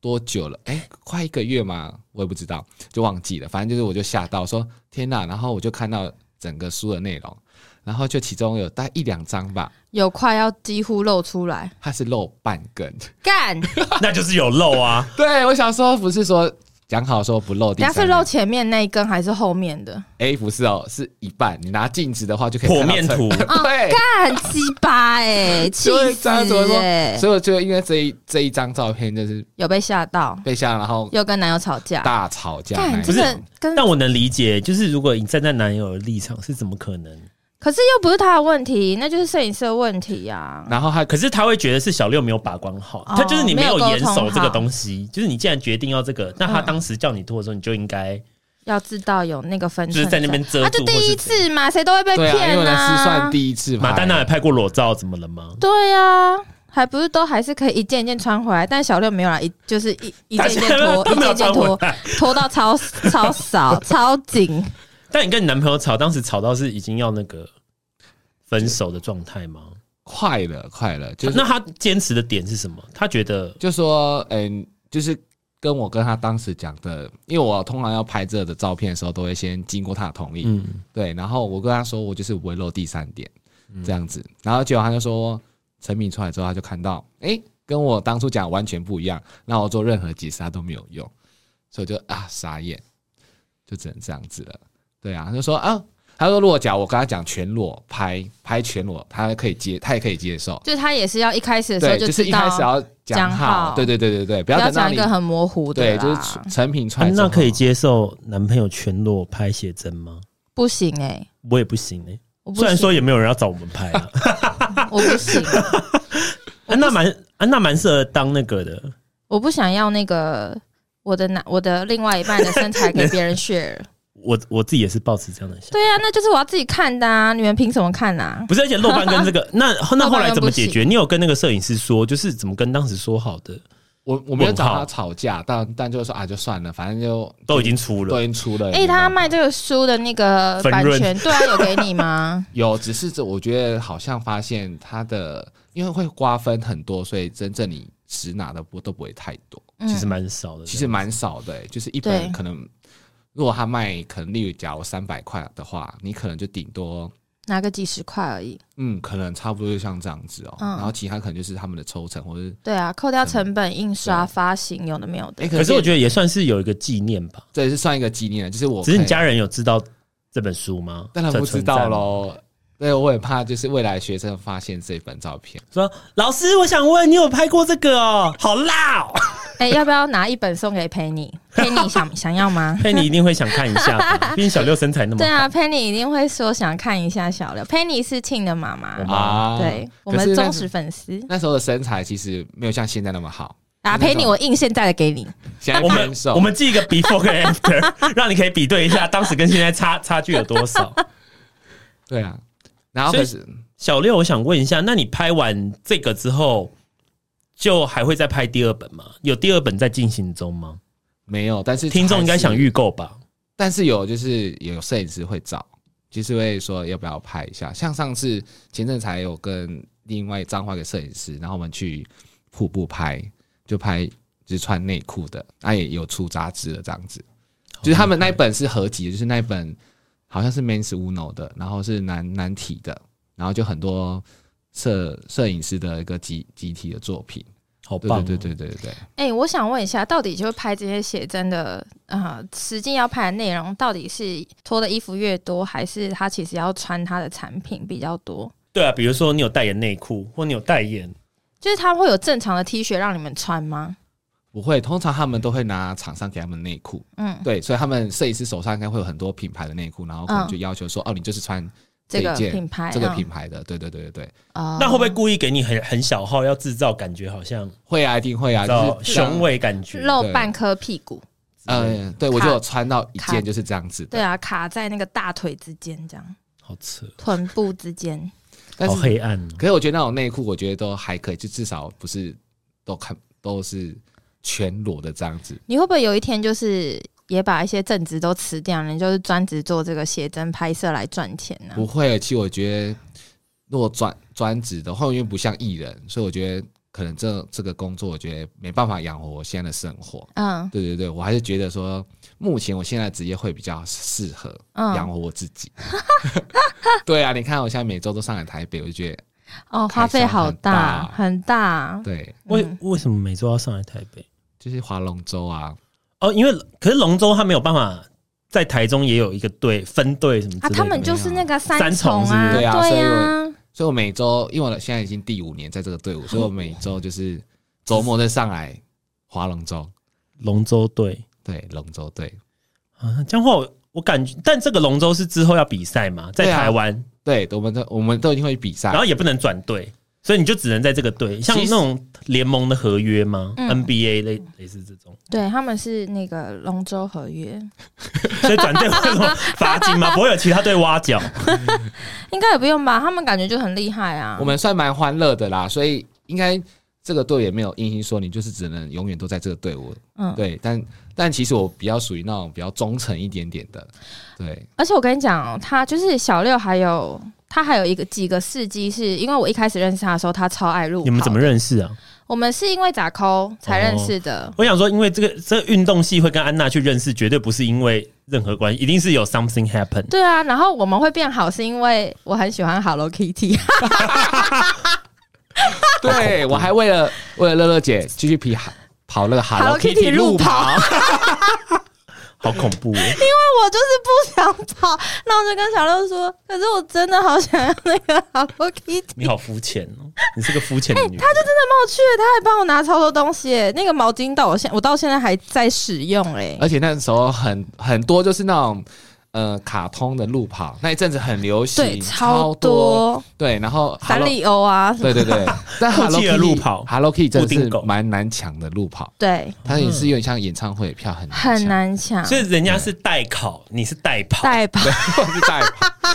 多久了？哎，快一个月吗？我也不知道，就忘记了。反正就是我就吓到说天哪，然后我就看到整个书的内容，然后就其中有大概一两张吧，
有快要几乎露出来，
它是露半根。
干，
那就是有漏啊！
对我想说，不是说讲好说不露第
人家
三
是
根，
露前面那一根还是后面的？
哎，不是哦，是一半。你拿镜子的话就可以
剖
看到
面
成
图
对。
干鸡巴哎，气
就是
死
这哦样子我
哎、
说，所以我就因为这一这一张照片就是
有被吓到，
被吓，然后
又跟男友吵架，
大吵架那
干
一
这
种。
个跟
但我能理解，就是如果你站在男友的立场，是怎么可能？
可是又不是他的问题，那就是摄影师的问题呀、啊。
然后他
可是他会觉得是小六没有把关好，
哦
他就是你没有
没有沟
严守
通
这个
好嗯
东西，就是你既然决定要这个，那他当时叫你脱的时候，你就应该
要知道有那个分
就
寸，
是在那边遮
啊，
住，
就
或
第
是
一次嘛，谁都会被
对啊，因
骗
为那是算第一次
马
拍
丹娜也拍过裸照，怎么了吗？
对啊，还不是都还是可以一件一件穿回来，但小六没有啦，一就是一一件一件 脱，
他
一
没
件
有
一件
穿回
脱，
来。
脱到超超少超紧。
但你跟你男朋友吵，当时吵到是已经要那个分手的状态吗？
快了，快了，就是
那他坚持的点是什么？他觉得
就说，嗯、就是跟我跟他当时讲的，因为我通常要拍这的照片的时候，都会先经过他的同意，
嗯，
对，然后我跟他说，我就是不会露第三点、
嗯
这样子，然后结果他就说，成品出来之后，他就看到，哎、跟我当初讲完全不一样，那我做任何解释他都没有用，所以我就啊傻眼，就只能这样子了，对啊，他就说啊。他说：“落脚，我跟他讲全裸拍拍全裸，他可以接，他也可以接受。
就是他也是要一开始的时候
对，就是
知
一开始
道，
要讲
讲
好，
好
对对对对对，不
不
要
要
等到
讲一
你
个很模糊的啊
对，
啦，
就是出成品出来
安
之后
娜啊可以接受男朋友全裸拍写真吗？
不行哎、
我也不行哎、
我不
虽然
行，
说也没有人要找我们拍 啊。
我不行，
安娜啊蛮安娜蛮适合当那个的，
我不想要那个我的男我的另外一半的身材给别人 share。
我我自己也是抱持这样的想法。
对啊，那就是我要自己看的啊，你们凭什么看啊？
不是，而且露半跟这 个，那那
露
后
半
来
根
怎么
不
解
行
决？你有跟那个摄影师说，就是怎么跟当时说好的，
我我没有
问
找
号
他吵架，但但就是说啊，就算了，反正就
都已经出了
都已，经出了。
哎、
也没办
他
法
卖这个书的那个
分
版
润
权，对啊，有给你吗？
有，只是这我觉得好像发现他的，因为会瓜分很多，所以真正你实拿的不都不会太多，
嗯
其实蛮少的。
其实蛮少的、欸就是一
对
本可能。如果他卖，可能例如假如三百块的话，你可能就顶多，
拿个几十块而已。
嗯，可能差不多就像这样子哦、
嗯
然后其他可能就是他们的抽成，或者是，
对啊，扣掉成本、印刷、
对
发行，有的没有的。
哎、
可是我
得
觉得也算是有一个纪念吧。
这也是算一个纪念，啊就是我
只是你
可以
家人有知道这本书吗？
当然不
的
知
存在哦吗
道。喽。对，我很怕就是未来学生发现这本照片，
说老师，我想问你有拍过这个哦，好辣 哦！
哎、要不要拿一本送给 Penny？Penny 想想要 吗？
佩妮一定会想看一下吧，毕竟小六身材那么
对
好。
啊，Penny 一定会说想看一下小刘。Penny 是庆的妈妈，
啊
对我
可
们
是那
忠实粉丝
那时候的身材其实没有像现在那么好，
啊。
那种
Penny，我印现在的给你。
现在
我
偏
们
瘦，
我们记一个 before 跟 after，让你 可以比对一下当时跟现在差差距有多少。
对啊。然后
所以
可是
小六，我想问一下，那你拍完这个之后，就还会再拍第二本吗？有第二本在进行中吗？
没有，但是
听众应该想
遇，
预购吧？
但是有就是有摄影师会找，就是会说要不要拍一下。像上次前阵才有跟另外彰化一个摄影师，然后我们去瀑布拍，就拍就是穿内裤的，他、也有出杂志的这样子。就是他们那一本是合集的，就是那一本好像是 Men's Uno 的，然后是男男体的，然后就很多摄摄影师的一个集集体的作品。
好
对
棒、哦，
对对对对对，
哎、我想问一下，到底就是拍这些写真的啊、呃实际要拍的内容，到底是脱的衣服越多，还是他其实要穿他的产品比较多？
对啊，比如说你有代言内裤，或你有代言，
就是他会有正常的 T 恤让你们穿吗？
不会，通常他们都会拿厂商给他们内裤，
嗯，
对，所以他们摄影师手上应该会有很多品牌的内裤，然后可能就要求说，哦，你就是穿
嗯这个
一件
品牌，
这个
嗯
品牌的，对对对对对，
哦
那会不会故意给你很很小号，要制造感觉好像
会啊，一定会啊，
比较
就是像
雄，伟感觉？
露半颗屁股？
呃，对我就有穿到一
卡
件就是这样子
对
的，
啊，卡在那个大腿之间，这样
好扯，
臀部之间。
但
好
是
黑暗、哦。
可是我觉得那种内裤，我觉得都还可以，就至少不是都看都是全裸的这样子，
你会不会有一天就是也把一些正职都辞掉，你就是专职做这个写真拍摄来赚钱呢、
不会。啊其实我觉得，如果专专职的话，因为不像艺人，所以我觉得可能这这个工作，我觉得没办法养活我现在的生活。
嗯
对对对，我还是觉得说，目前我现在的职业会比较适合养
嗯，
活我自己。 对啊，你看我现在每周都上来台北，我就觉得
哦，花费好大，很大。
对，
为
嗯
为什么每周要上来台北？
就是划龙舟啊，
哦，因为可是龙舟他没有办法在台中也有一个队分队什么之
啊，
类的。
他们就是那个三重
三重
啊，
是不
是对啊
对
所以我每周，因为我现在已经第五年在这个队伍，所以我每周就是周末再上来划龙舟，
龙舟队
对，龙舟队，
啊，这样的话我我感觉，但这个龙舟是之后要比赛嘛，在
对啊
台湾，
对，我们都我们都一定会比
啊
赛
然，后也不能转队，所以你就只能在这个队，像
其
那
实
种联盟的合约吗、
嗯
n b a 类类似这种，
对他们是那个龙舟合约，
所以转队会有什么罚金吗？不会有其他队挖角？
应该也不用吧？他们感觉就很厉害啊。
我们算蛮欢乐的啦，所以应该这个队也没有硬性说你就是只能永远都在这个队伍，
嗯，
对，但但其实我比较属于那种比较忠诚一点点的， 对，
而且我跟你讲哦，他就是小六，还有他还有一个几个事迹，是因为我一开始认识他的时候，他超爱路跑。
你们怎么？认识啊？
我们是因为咋抠才认识的。
我想说，因为这个这个运动系会跟安娜去认识，绝对不是因为任何关系，一定是有 something happen。
对啊，然后我们会变好，是因为我很喜欢 Hello Kitty。
对 我还为了为了乐乐姐继续跑跑那个 Hello
Hello Kitty
Kitty 路
路跑
跑，
好恐怖、哦！
我就是不想跑， 那我就跟小六说，可是我真的好想要那个 Hello Kitty。
你好肤浅哦，你是个肤浅的
哎
女人。
我去，他还帮我拿超多东西耶，那个毛巾到我现我到现在还在使用哎。
呃
而且那时候很很多就是那种呃卡通的路跑，那一阵子很流行，
对，
超
超多
对，然后 h
三
e
丽鸥啊，什么
对对 对，但 Hello
酷气
Kitty
的路跑
Hello Kitty 真的
布
是
丁狗
蛮难抢的路跑，
对，
它也是有点像演唱会票很
嗯很
抢，
难抢。
所以人家是代考，你是代跑，
代跑
对， 我是代跑，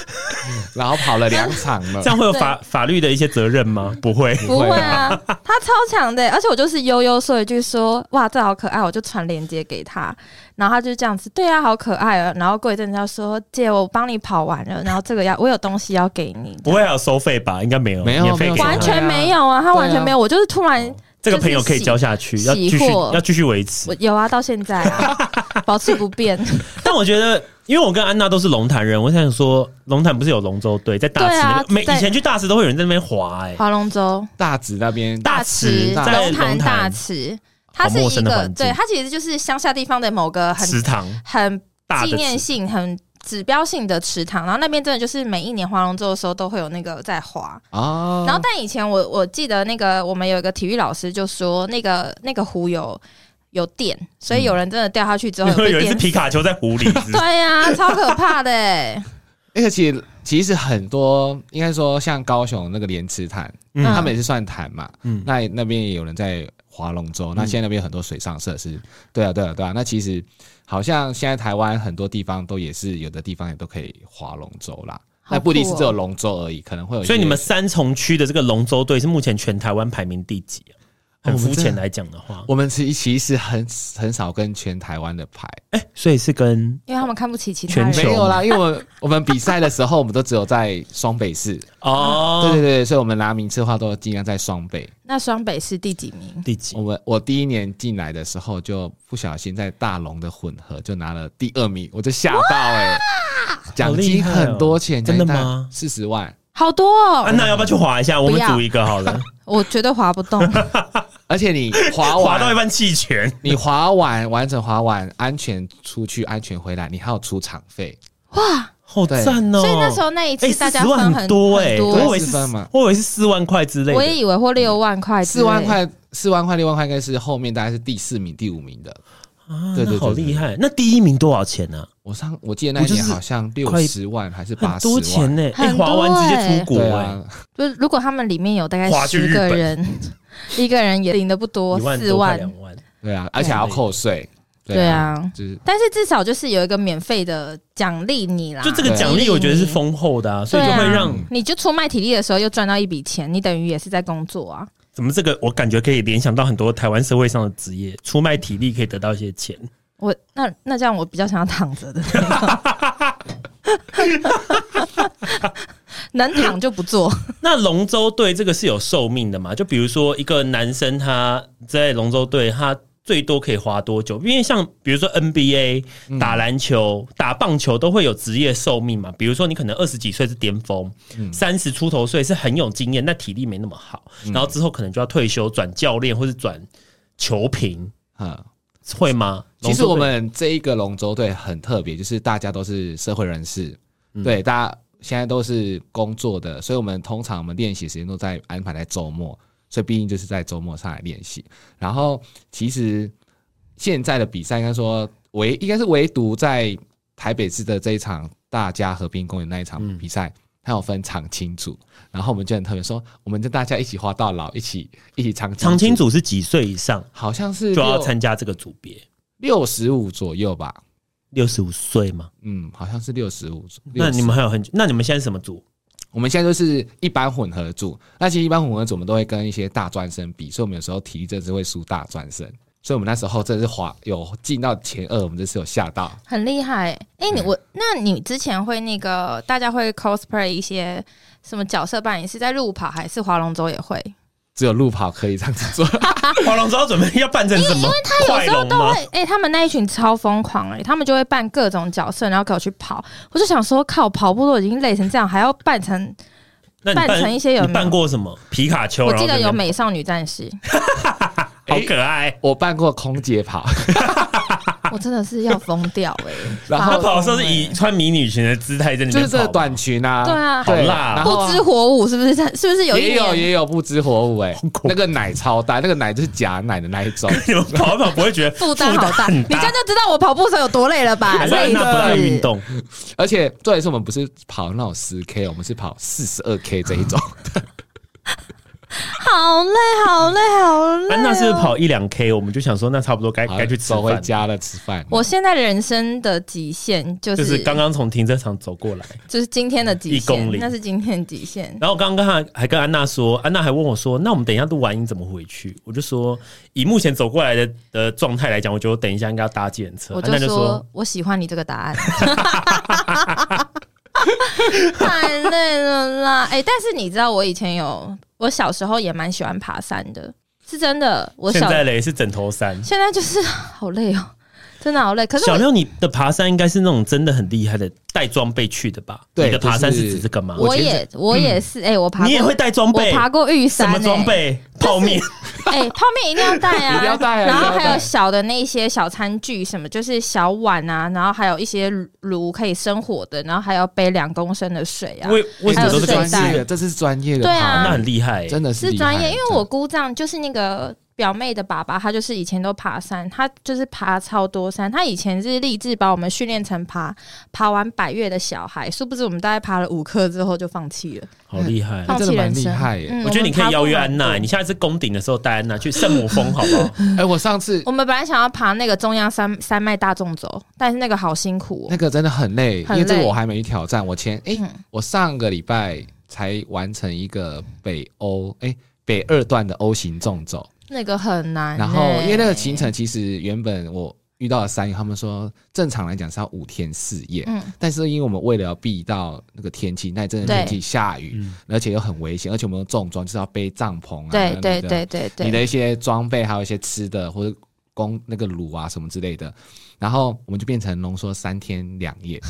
然后跑了两场了
这，样会有法法律的一些责任吗？不会，
不会啊，他超强的，而且我就是悠悠说一句说，哇，这好可爱，我就传链接给他，然后他就这样子，对啊，好可爱啊，然后过一阵子他说，姐，我帮你跑完了，然后这个要我有东西要给你，
不会还有收费吧？应该没有，
没有
免费给
没有
他
完
对
全
啊
没有啊，他完全没有，我就是突然
哦这个朋友可以交下去，
就是
要继续
喜货
要继续维持
我。有啊，到现在啊， 保持不 变，
但我觉得，因为我跟安娜都是龙潭人，我想说，龙潭不是有龙舟队在大池那边？每
对啊在
以前去大池都会有人在那边划，哎，
划龙舟。
大直那边
大池
大
在
龙潭
龙
大
潭
池，
好
它是
陌
一
生的
个
环境
对，它其实就是乡下地方的某个很
池塘
很
大
纪
的
念
池，
性、很指标性的池塘。然后那边真的就是每一年划龙舟的时候都会有那个在划。
嗯
哦，
然后但以前我我记得那个我们有一个体育老师就说那个那个湖有有电，所 以有人真的掉下去之 后
你会
被
嗯有一只
电死。
皮卡丘在湖 里，是不是
对呀、超可怕的、欸。
那个其实其实很多，应该说像高雄那个莲池潭，
嗯
他们也是算潭嘛，
嗯
那那边也有人在划龙舟，那现在那边有很多水上设施，对啊对啊对啊，那其实好像现在台湾很多地方都也是有的地方也都可以划龙舟啦，
好
那不一定
酷
是
哦
只有龙舟而已，可能会有一些，
所以你们三重区的这个龙舟队是目前全台湾排名第几啊？很肤
哦我们真
浅
的
来讲的话，
我们其其实很很少跟全台湾的排，
所以是跟
因为他们看不起其他
全
人。
球
没有啦，因为我我们比赛的时候，我们都只有在双北 市，
哦，
啊对对对，所以我们拿名次的话都尽量在双北。
那双北是第几名？
第几
我？们我第一年进来的时候，就不小心在大龙的混合就拿了第二名，我就吓到哎、奖金很多钱，
好厉害哦真的吗
四十万，
好多哦，
安娜啊要不要去划一下？我们
不要
组一个好 了，
我觉得划不 动。
而且你滑
划到一
完，
半弃权。
你滑完完整滑完，安全出去，安全回来，你还有出场费，
好赞哦！
所以那时候那一次
哎，
大
四
家
十
分
万
很
多哎，
很
我以为是
四万嘛
我以为是四万块之类
我也
的。
以为或六万块之
四
类，
万块，四万块，六万块应该是后面大概是第四名、第五名的。
啊，
对
那
对对
好
对
厉害！那第一名多少钱呢？
我上我记得那
我
一
就是
年好像六十万还是八
很
十
多
万，
钱呢，哎，
很
划
多
完直接
哎
出国
对
哎。
啊，
就是如果他们里面有大概
划去
十
日
个
本
人， 一个人也领的不多，
一万
四
多块
万，
两万，
对啊，而且还要扣税，
对，啊。
就是
但是至少就是有一个免费的奖励你啦，
就这个
对
奖励我觉得是丰厚的啊，所以就会让
啊对啊你就出卖体力的时候又赚到一笔钱，你等于也是在工作啊。
怎么这个我感觉可以联想到很多台湾社会上的职业，出卖体力可以得到一些钱。
我那那这样我比较想要躺着的， 能躺就不做。
那龙舟队这个是有寿命的嘛？就比如说一个男生他在龙舟队，他最多可以滑多久？因为像比如说 NBA
嗯
打篮球、打棒球都会有职业寿命嘛。比如说你可能二十几岁是巅峰，
嗯
三十、出头岁是很有经验，但体力没那么好，然后之后可能就要退休转教练或是转球评，
嗯。
会吗？
其实
龙舟队
我们这一个龙舟队很特别，就是大家都是社会人士，
嗯
对，大家现在都是工作的，所以我们通常我们练习时间都在安排在周末，所以毕竟就是在周末上来练习。然后其实现在的比赛应该说唯应该是唯独在台北市的这一场大家和平公园那一
嗯
场比赛。它有分长青组，然后我们就很特别说，我们就大家一起花到老，一起一起长
长青
青组，
组是几岁以上
好像是
就要
六
参加这个组别？
六十五左右吧，
六十五岁吗？
嗯，好像是六十五。
那你
60
们还有很久？那你们现在是什么组？
我们现在就是一般混合组，那其实一般混合组我们都会跟一些大专生比，所以我们有时候体力真的是会输大专生。所以我们那时候真的是滑有进到前二，我们这次有吓到。
很厉害、哎、
嗯
你我那你之前会那个大家会 cosplay 一些什么角色扮演，是在路跑还是划龙舟也会？
只有路跑可以这样子做，
划龙舟准备要扮成什么？
有
快
时候
龙
都
吗
会？，哎、他们那一群超疯狂哎、他们就会扮各种角色，然后给我去跑。我就想说，靠，跑步都已经累成这样，还要扮成……
那你
扮成一些有没有
你扮过什么？皮卡丘，
我
然后
记得
在那
有
边
美少女战士，
好可爱。
我办过空姐 跑，
我真的是要疯掉哎、
然
他
后
跑的时候
欸
是以穿迷女裙的姿态在那
就是
边
这
跑
个
吗，
短裙啊，
对啊
对
好辣
然后
不
啊
知火舞是不是？是不是有一
也有
年？
也有不知火舞哎、
恐怖
那个奶超大，那个奶就是假奶的那一 种，
你们跑一跑不会觉得
负担好大，
很
你这样就知道我跑步的时候有多累 了吧？
还是安
累
娜不爱
死！
运动，
而且重点是我们不是跑那种十 K，我们是跑四十二 K 这一 种。
好累，好累，好累、
安娜啊是不是？跑一两 K？我们就想说，那差不多该
好
哎该去吃
走回
饭。
家了，吃饭。
我现在人生的极限就
就是是刚刚从停车场走过来，
就是今天的极
一公
限
里，
那是今天的极限。
然后刚刚还还跟安娜说，安娜还问我说：“那我们等一下录完音怎么回去？”我就说，以目前走过来的的状态来讲，我觉得我等一下应该要搭计程车。
我
安娜就
说我喜欢你这个答案， 太累了啦！哎、但是你知道我以前有，我小时候也蛮喜欢爬山的，是真的。我
现
小
在嘞是枕头山。
现在就是好累哦，真的好累。可是
小
我
六，你的爬山应该是那种真的很厉害的，带装备去的吧？
对
你的爬山
就是
是指这个吗？
我
前
也我也是哎、我爬过
你也会带装备？
我爬过玉
什
山、
么
欸，
装备？泡面？
哎、泡面一定要带啊，
一定要带啊
然
一
后
定要带
还有小的那些小餐具，什么就是小碗啊，然后还有一些炉可以生火的，然后还要背两公升的水啊。
为为什
还
么都
有
是
睡
跟
专
袋
自
业
己
的？这是专业的
对
爬，
啊
那很厉害欸、
真的是
是
厉
专
害
业，因为我姑丈就是那个表妹的爸爸，他就是以前都爬山，他就是爬超多山。他以前是立志把我们训练成爬爬完百越的小孩，殊不知我们大概爬了五克之后就放弃了，
好厉害。
放
哎真
弃
的蛮
人
厉
生。
害耶
嗯
我觉得你可以邀约安。
们爬
娜，
过很
你
多
下次攻顶的时候带安娜去圣母峰，好不 好？
哎、我上次
我们本来想要爬那个中央山山脉大纵走，但是那个好辛苦、哦
那。个真的很累，
很
因为这个
累
我还没去挑战。我前哎、
嗯
我上个礼拜才完成一个北欧哎、北二段的 O 型纵走，
那个很难欸、
然后因为那个行程其实原本我遇到了三个，他们说正常来讲是要五天四夜，
嗯，
但是因为我们为了要避到那个天气，那真的
对
天气下雨，
嗯，
而且又很危险，而且我们又重装就是要背帐篷啊，
对
那
对
个
对对对，
你的一些装备，还有一些吃的或者工那个卤啊什么之类的，然后我们就变成浓缩三天两夜。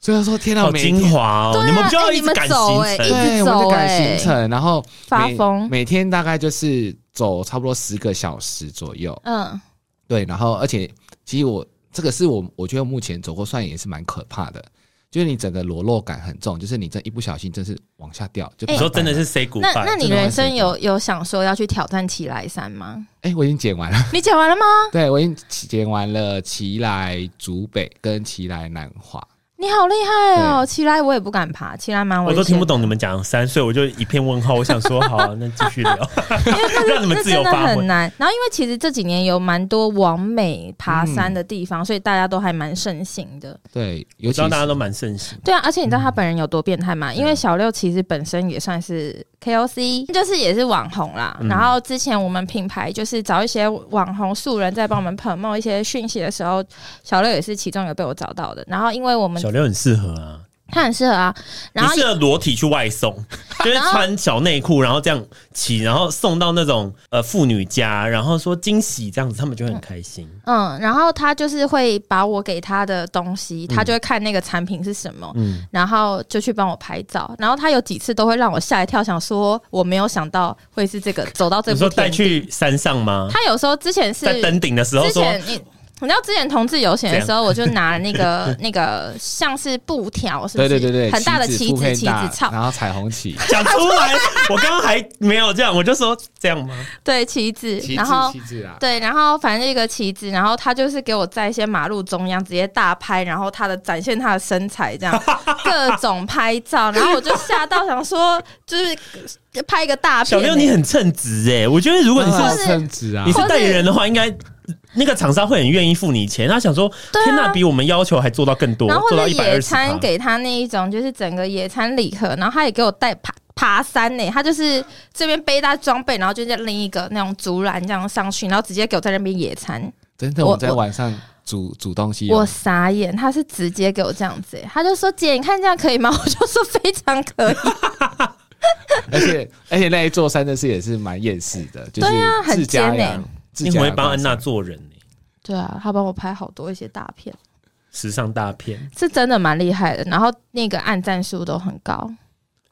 所以他说：“天哪，
好
每天
精华哦！
对啊
你们不要
哎
一
你
直
们
赶
走
行
哎一
程，
对，
直
我们
走
就赶
欸
行程，然后
发
每
疯，
每天大概就是走差不多十个小时左右。
嗯，
对，然后而且其实我这个是我我觉得目前走过算也是蛮可怕的，就是你整个裸露感很重，就是你这一不小心真是往下掉。就
哎
你说
拜拜
真的是
了，
say
那
goodbye，
那你
真的会
人生
睡
有有想说要去挑战奇来山吗？
哎、我已经剪完了，
你讲完了吗？
对我已经剪完了奇来竹北跟奇来南华。
你好厉害哦！奇来我也不敢爬，奇来蛮
我
危险，
都听不懂你们讲三岁，我就一片问号。我想说，好啊，那继续聊， 让你们
这
自由
真的
发挥
很。难。然后，因为其实这几年有蛮多往美爬
嗯
山的地方，所以大家都还蛮盛行的。
对，
我
尤
知
其
道大家
是
都蛮盛行，
对啊，而且你
嗯
知道他本人有多变态
啊
吗？因为小六其实本身也算是 KOC，就是也是网红啦。
嗯
然后之前我们品牌就是找一些网红素人在帮我们 promo 一些讯息的时候，小六也是其中有被我找到的。然后因为我们
小六很适合啊，
他很适合啊，然后
你适合裸体去外 送，就是穿小内裤，然后这样骑，然后送到那种呃妇女家，然后说惊喜这样子，他们就会很开心。
嗯，然后他就是会把我给他的东西，他就会看那个产品是什么，
嗯
然后就去帮我拍照。然后他有几次都会让我吓一跳，想说我没有想到会是这个走到这
你
步
说带
田地。
去山上吗？
他有时候之前是
在登顶的时候
之
说，
前你。你知道之前同志游行的时候，我就拿了那个那个像是布条，是不
对
是？
对对对，
很大的
旗
旗子，
子铺
旗
片大
子草，
然后彩虹旗，
讲出来，我刚刚还没有这样，我就说这样吗？
对旗子，
旗
然
帜
后
旗帜啊，
对，然后反正一个旗子，然后他就是给我在一些马路中央直接大拍，然后他的展现他的身材，这样各种拍照，然后我就吓到想说，就是拍一个大
小
片欸、
六，你很称职哎，我觉得如果你是
对啊
称职啊
你，是
或是
代言人的话，应该那个厂商会很愿意付你钱。他想说，
对啊
天哪，比我们要求还做到更多，
然后
做
或
到
者
一百
野
二十
餐给他那一种，就是整个野餐礼盒，然后他也给我带爬爬山呢、他就是这边背他装备，然后就在拎一个那种竹篮这样上去，然后直接给我在那边野餐，
真的
我
我在
我
晚上煮煮东西哦，
我傻眼，他是直接给我这样子欸、他就说姐，你看这样可以吗？ 我就说非常可以。
而且而且那一座山的事也是蛮厌世的，就是
对啊很
自家
尖欸
养，自
你
家
很会
养
帮
大
安娜
山
做人哎，
对啊，他帮我拍好多一些大片，
时尚大片。
是真的蛮厉害的。然后那个按赞数都很高。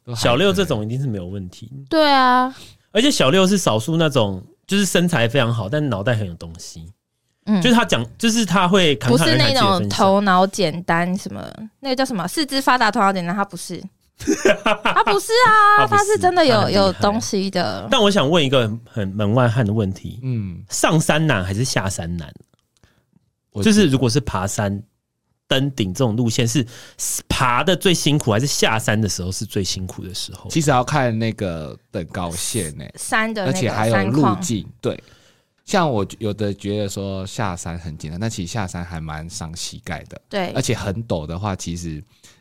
都还
小六这
可以
种一定是没有问题，
对啊，
而且小六是少数那种就是身材非常好，但脑袋很有东西，
嗯，
就是他讲，就是他会侃
不
侃
是
而谈
那
自己的
种
分享。
头脑简单什么，那个叫什么四肢发达头脑简单，他不 是，他不是啊，
他不
他
是
是真的
他
有
很厉害啊
有东西的。
但我想问一个很很门外汉的问题：
嗯，
上山难还是下山难？
我
就是如果是爬山、登顶这种路线，是爬的最辛苦，还是下山的时候是最辛苦的时候？
其实要看那个等高线欸呢，
山的
而
那
且
个
还有
山
路
况，
径，对。像我有的觉得说下山很简单，但其实下山还蛮伤膝盖的，
对
而，且很陡的话，其实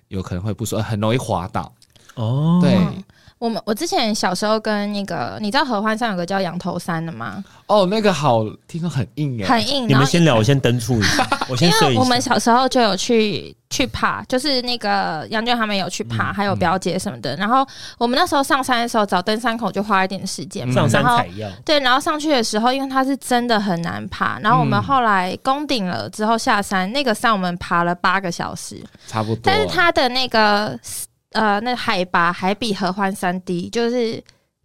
有可能会不舒服，很容易滑倒。
哦，
对，
嗯我们我之前小时候跟那个，你知道合欢山有个叫羊头山的吗？
哦，那个好，听说很硬哎、
很硬，
你
然
们
后
先聊，我先登出一下，我先
因
睡
为
一
我们
下。
小时候就有去去爬，就是那个杨娟他们有去
嗯
爬，还有表姐什么的。然后我们那时候上山的时候，找登山口就花一点时间嘛，
上山
然后
采药，
对，然后上去的时候，因为它是真的很难爬，然后我们
嗯
后来攻顶了之后下山，那个山我们爬了八个小时，
差不多。
但是它的那个呃，那海拔还比合欢山低，就是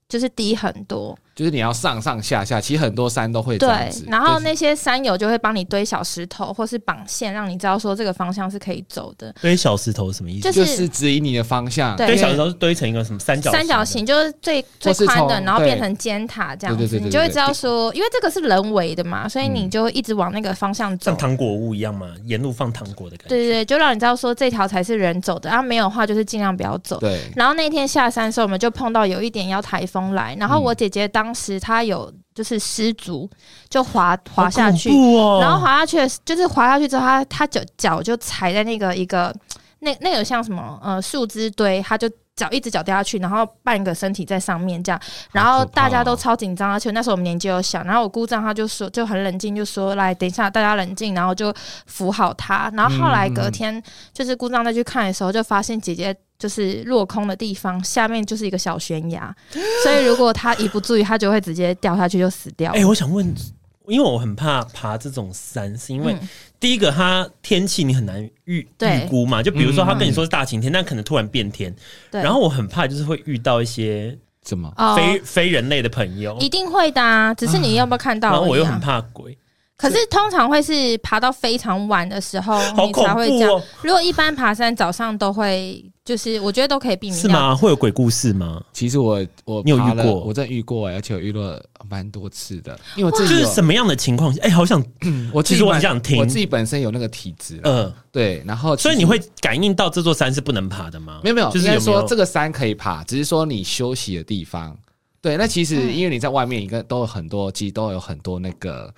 就是低很多。
就是你要上上下下，其实很多山都会这样
对
子。，
然后
就是
那些山友就会帮你堆小石头或是绑线，让你知道说这个方向是可以走的。
堆小石头是什么意思
就？
就是是指引你的方向，
对
堆
因为
小石头是堆成一个什么三角
三角形就是最最
或是
宽的，
从
然后变
对
成尖塔这样
对对
子，
对对
你就会
对
知道说，因为这个是人为的嘛，所以你
嗯
就一直往那个方向
像
走。
糖果屋一样嘛，沿路放糖果的感觉。
对对对，就让你知道说这条才是人走的，啊，没有的话就是尽量不要走。
对，
然后那天下山的时候，我们就碰到有一点要台风来，然后
嗯
我姐姐当时她有就是失足，就滑滑下去，
好恐怖哦、
然后滑下去的时就是滑下去之后，她她脚脚就踩在那个一个那那有像什么呃树枝堆，他就脚一只脚掉下去，然后半个身体在上面这样，然后大家都超紧张，而且那时候我们年纪又小，然后我姑丈他就说就很冷静，就说来等一下大家冷静，然后就扶好他，然后后来隔
嗯
天、就是姑丈再去看的时候，就发现姐姐。就是落空的地方，下面就是一个小悬崖，所以如果他一不注意，他就会直接掉下去就死掉了。
哎、我想问，因为我很怕爬这种山，是因为
嗯
第一个它天气你很难预
对
预估嘛，就比如说
嗯
他跟你说是大晴天，但可能突然变天，
对，
然后我很怕就是会遇到一些
怎么？
哦
非、非人类的朋友，
一定会的啊，只是你要不要看
哦
到、
然
而
后我又
已啊
很怕鬼，
可是通常会是爬到非常晚的时候，
好
你
恐
才会这
怖
样。
哦，
如果一般爬山早上都会，就是我觉得都可以避免
是
掉。
吗？会有鬼故事吗？
其实我我
你有遇
爬了
过
我真的遇过、而且我遇过蛮多次的，因为我
就
自己
是
有
什么样的情况下？哎、好想，
我自己
其实我
本
很想听
我自己本身有那个体质啦，
呃，
对，然后其实
所以你会感应到这座山是不能爬的吗？
没有没有，
就是
应
有
该
没有
说这个山可以爬，只是说你休息的地方。对，那其实
嗯
因为你在外面，应该都有很多，其实都有很多那个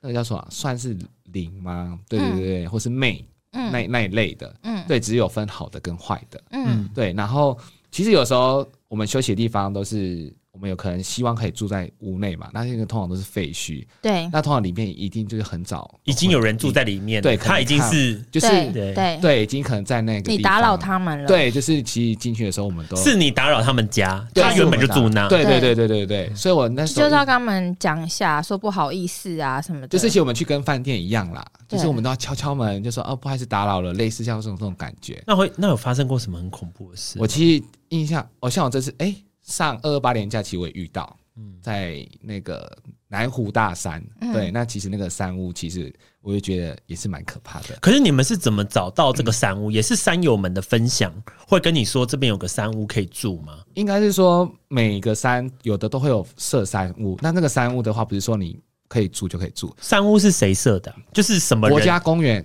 那个叫什么，啊算是灵吗？对对对对，或是魅
嗯
那那一类的。
嗯
对，只有分好的跟坏的。
嗯
对，然后其实有时候我们休息的地方都是我们有可能希望可以住在屋内嘛，那这个通常都是废墟，
对
那通常里面一定就是很早
已经有人住在里面了，
对可能
他已经
看
是
就是
对
对对，
对，已经可能在那个
你
地
打扰
方。
他们了。
对，就是其实进去的时候我们都
是你打扰他们家，
对
他原本就住那，
对对
对
对对对对，所以我那时
就是
候
要跟他们讲一下，说不好意思啊什么的。
就是其实我们去跟饭店一样啦，
对
就是我们都要敲敲门，就说哦不好意思打扰了，类似像这种这种感觉。
那会那有发生过什么很恐怖的事？
我其实印象，哦像我这次哎、上二二八年假期我也遇到，
嗯
在那个南湖大山，
嗯
对，那其实那个山屋其实我就觉得也是蛮可怕的。
可是你们是怎么找到
嗯
这个山屋？也是山友们的分享，会跟你说这边有个山屋可以住吗？
应该是说每个山有的都会有设山屋，那那个山屋的话不是说你可以住就可以住，
山屋是谁设的？啊就是什么人
国家公园。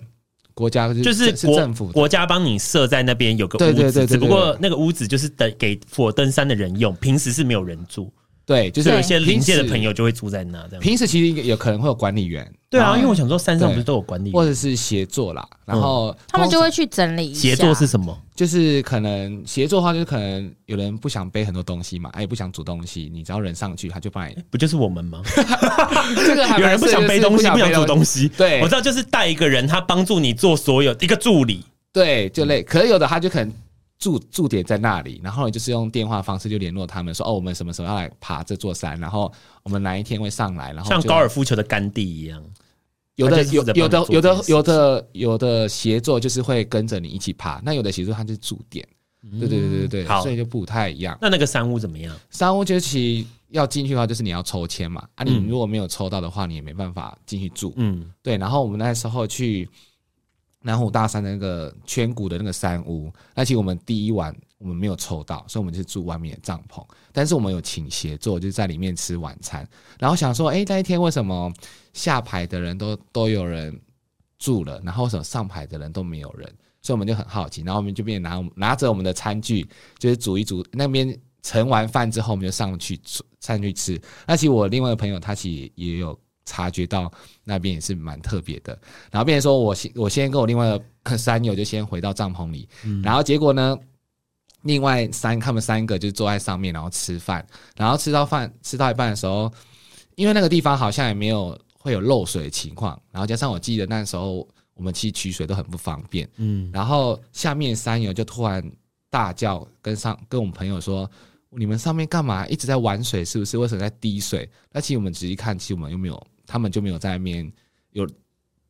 国家就是
就是
是
国
政府的
国家帮你设在那边有个屋
对对对
子，
对
只
对
不过那个屋子就是等给佛登山的人用，平时是没有人住，
对，就
就是
是
有一些临界的
平时
朋友就会住在那这样。
平时其实有可能会有管理员，
对啊，
然
因为
后
我想说山上
对
不是都有管理
或
员？
者是协作
嗯
啦，然后
他们就
通
会去整理一下。
协作是什么？
就是可能协作的话，就是可能有人不想背很多东西嘛，哎，不想煮东西，你只要人上去，他就 帮你。
不就是我们 吗？
这个还
有人不想背东西，不想煮东
西，
西。
对
我知道，就是带一个人，他帮助你做所有一个助理。
对，就累。可是有的他就可能驻驻点在那里，然后你就是用电话方式就联络他们说，哦，我们什么时候要来爬这座山，然后我们哪一天会上来，然后
像
就
高尔夫球的杆地一样，
有的
他就是
有
负责
有
帮
的
你做
有
这件
的
事
有的有的协作就是会跟着你一起爬，那有的协作他就是驻点，对对对对对，
嗯好
所以就不太一样。
那那个山屋怎么样？
商务就是其实要进去的话，就是你要抽签嘛，啊，你
嗯
如果没有抽到的话，你也没办法进去住。
嗯，
对，然后我们那时候去南湖大山的那个圈谷的那个山屋，那其实我们第一晚我们没有抽到，所以我们就是住外面的帐篷，但是我们有请协作，就是在里面吃晚餐。然后想说，哎、那一天为什么下排的人都都有人住了，然后为什么上排的人都没有人？所以我们就很好奇，然后我们就变拿我们拿着我们的餐具，就是煮一煮。那边盛完饭之后，我们就上去吃上去吃。那其实我另外一个朋友，他其实也有察觉到那边也是蛮特别的。然后变成说我先我先跟我另外的山友就先回到帐篷里，然后结果呢，另外三他们三个就坐在上面，然后吃饭，然后吃到饭吃到一半的时候，因为那个地方好像也没有会有漏水的情况，然后加上我记得那时候我们其实取水都很不方便，
嗯
嗯，然后下面山友就突然大叫跟上跟我们朋友说。你们上面干嘛？一直在玩水是不是？为什么在滴水？那其实我们仔细看，其实我们又没有，他们就没有在那边有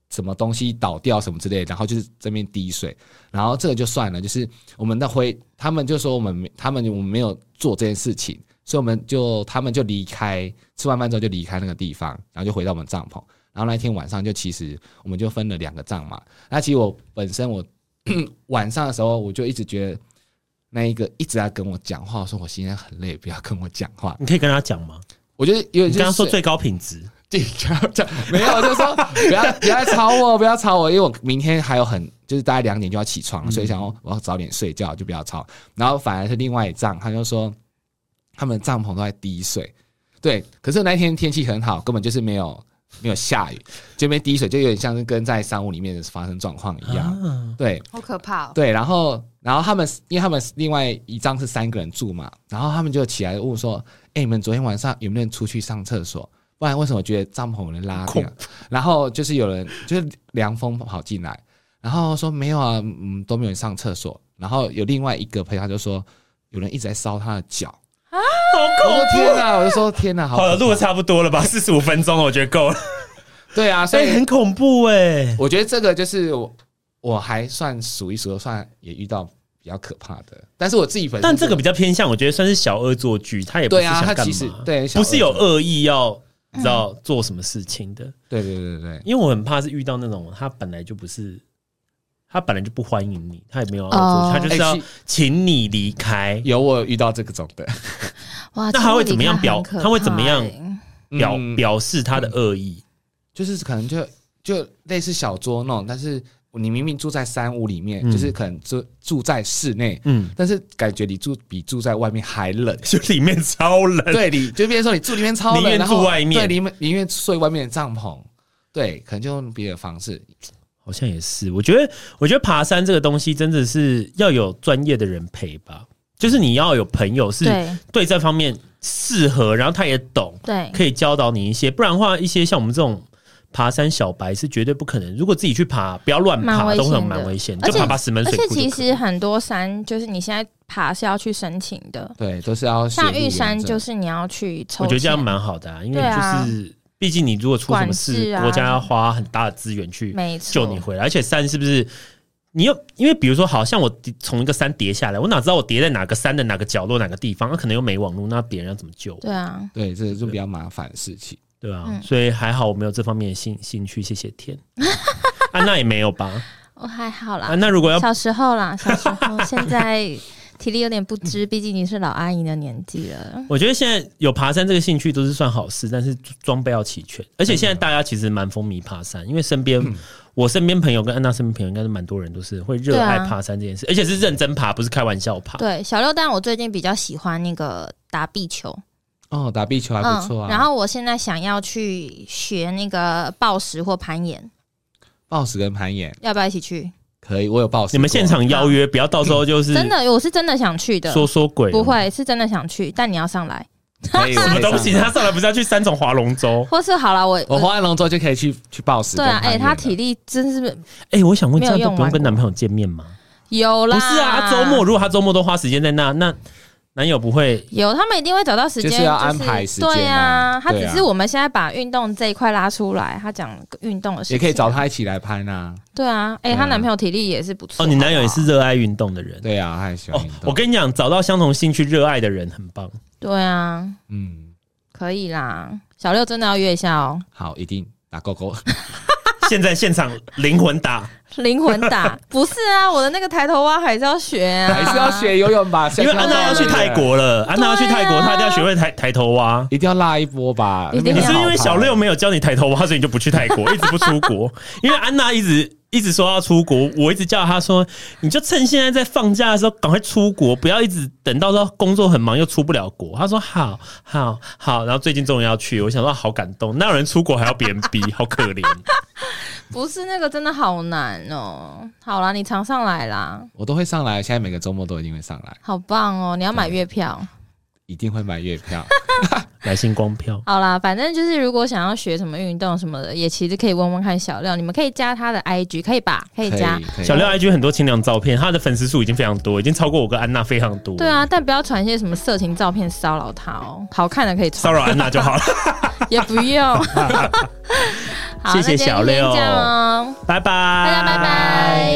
什么东西倒掉什么之类的，然后就是这边滴水，然后这个就算了，就是我们的回，他们就说我们没，他们我们没有做这件事情，所以我们就他们就离开，吃完饭之后就离开那个地方，然后就回到我们帐篷，然后那天晚上就其实我们就分了两个帐嘛，那其实我本身我 晚上的时候我就一直觉得。那一个一直在跟我讲话，我说我现在很累，不要跟我讲话。
你可以跟他讲吗？
我觉得有点
你
就是
跟他说
睡
最高品质，
紧张，这样 没有，我就说不要不要吵我，不要吵我，因为我明天还有很就是大概两点就要起床
嗯
了，所以想说我要早点睡觉，就不要吵。然后反而是另外一帐，他就说他们帐篷都在滴水，对，可是那一天天气很好，根本就是没有没有下雨，这边滴水就有点像是跟在山屋里面发生状况一样。
啊
对，
好可怕哦！
对，然后然后他们因为他们另外一张是三个人住嘛，然后他们就起来问我说：“哎、你们昨天晚上有没有人出去上厕所？不然为什么觉得帐篷有人拉
恐
掉？”然后就是有人就是凉风跑进来，然后说没有啊，嗯，都没有人上厕所。然后有另外一个朋友他就说有人一直在烧他的脚，
好
我
恐
说天哪，我就说天哪，好
哦好了，
可怕
录的差不多了吧？四十五分钟了，我觉得够了。
对啊，所
所以
以
哎很恐怖哎、
我觉得这个就是我我还算数一数二，算也遇到比较可怕的，但是我自己本身
但这
就
个比较偏向，我觉得算是小恶作剧，他也不是
对啊，
想
他
干
其
嘛
实，对小
不是有
恶作
恶意要你知道做什么事情的。
对对对对对，
因为我很怕是遇到那种他本来就不是，他本来就不欢迎你，他也没有要做，
哦
他就是要
哎其
请你离开，
有我有遇到这个种的，
哇，
那他会怎么样
这个离开
表
很可
他会怎么样
怕欸
表
嗯
表示他的恶意。
就是可能就就类似小桌那种，但是你明明住在山屋里面，
嗯
就是可能住住在室内，
嗯，。
但是感觉你住比住在外面还冷
就里面超冷，
对，你就变成说你住里面超
呃宁
冷，
愿
然后
住外面
对，宁愿宁愿睡外面的帐篷，对，可能就用别的方式，
好像也是。我觉得，我觉得爬山这个东西真的是要有专业的人陪吧，就是你要有朋友是
对
对这方面适合，然后他也懂，
对
可以教导你一些，不然的话，一些像我们这种。爬山小白是绝对不可能。如果自己去爬，不要乱
蛮
爬，
危
都会
险的
蛮危险。
而
就
且
爬爬石门
而
水
且
库就可以。
其实很多山就是你现在爬是要去申请的，
对，都是要
像
写入
玉山
园证
就是你要去抽签，
我觉得这样蛮好的、啊，因为
对啊
就是毕竟你如果出什么
管
事，
制啊
国家要花很大的资源去
没错，
救你回来。而且山是不是？你又因为比如说，好像我跌从一个山跌下来，我哪知道我跌在哪个山的哪个角落、哪个地方？啊那、可能又没网络，那别人要怎么救我？
对啊，
对，这就比较麻烦的事情。
对啊，
嗯
所以还好我没有这方面的兴兴趣。谢谢天， 安娜也没有吧？
我哦还好啦
安，娜啊如果要
小时候啦，小时候，现在体力有点不支，毕竟你是老阿姨的年纪了。
我觉得现在有爬山这个兴趣都是算好事，但是装备要齐全。而且现在大家其实蛮风靡爬山，因为身边、我身边朋友跟安娜身边朋友应该是蛮多人都是会热爱
对啊
爬山这件事，而且是认真爬，不是开玩笑爬。
对，小六蛋，我最近比较喜欢那个打壁球，嗯
哦，打壁球还不错啊。
然后我现在想要去学那个暴食或攀岩，
暴食跟攀岩
要不要一起去？
可以，我有暴食过。
你们现场邀约，不要到时候就是
真的，我是真的想去的，
说说鬼，哦
不会是真的想去，但你要上来，
可以，
什么东
我 可以
西？
上来
他上啊来不是要去三重划龙舟？
或是好了，我
我花完龙舟就可以去去暴食
对
跟攀
啊
岩，了。
哎、他体力真是
哎、我想问，这样
没有
就
用
不用
完
跟
过
男朋友见面吗？
有啦，
不是啊，周末如果他周末都花时间在那，那男友不会
有，他们一定会找到时间，
就是要安排时间啊
对啊，他
对
只
啊
是我们现在把运动这一块拉出来，他讲运动的事情
也可以找。他一起来攀啊。
对啊，哎、
对啊
她男朋友体力也是不错。
哦，你男友也
好
是热爱运动的人。
对啊，他也喜欢
哦
运，动。
我跟你讲，找到相同兴趣、热爱的人很棒。
不好？对啊，
嗯，
可以啦。小六真的要约一下哦，
好，一定打勾勾。
现在现场灵魂 打，
灵魂打 不是啊，我的那个抬头蛙还是要学啊，
还是要。学游泳吧，
因为
夏天
安娜要去泰，国了，安娜要去泰
啊
国，她一定要学会抬抬头蛙。
一定要拉一波吧。
一定
你
要
是不是因为小六
没
没有教你抬头蛙，所以你就不去泰国，一直不出 国？因为安娜一直一直说要啊出国，我一直叫她说，你就趁现在在放假的时候赶快出国，不要一直等到说工作很忙又出不了国。她说好，好，好。然后最近终于要去，我想说好感动，哪有人出国还要别人逼，好可怜。
不是那个真的好难哦。好啦，你常上来啦，
我都会上来，现在每个周末都一定会上来，
好棒哦。你要买月票。
一定会买月票。
来星光票，
好啦，反正就是如果想要学什么运动什么的，也其实可以问问看小六，你们可以加他的 IG，可以吧？可以加。
可以
小六 IG 很多清凉照片，他的粉丝数已经非常多，已经超过我跟安娜非常多。
对，啊，但不要传一些什么色情照片骚扰他哦，好看的可以
骚
传，
扰安娜就好
啊
了，
也不 用。好，
谢谢
那今天
小
就先
六
这样哦，
拜拜，
大家拜拜。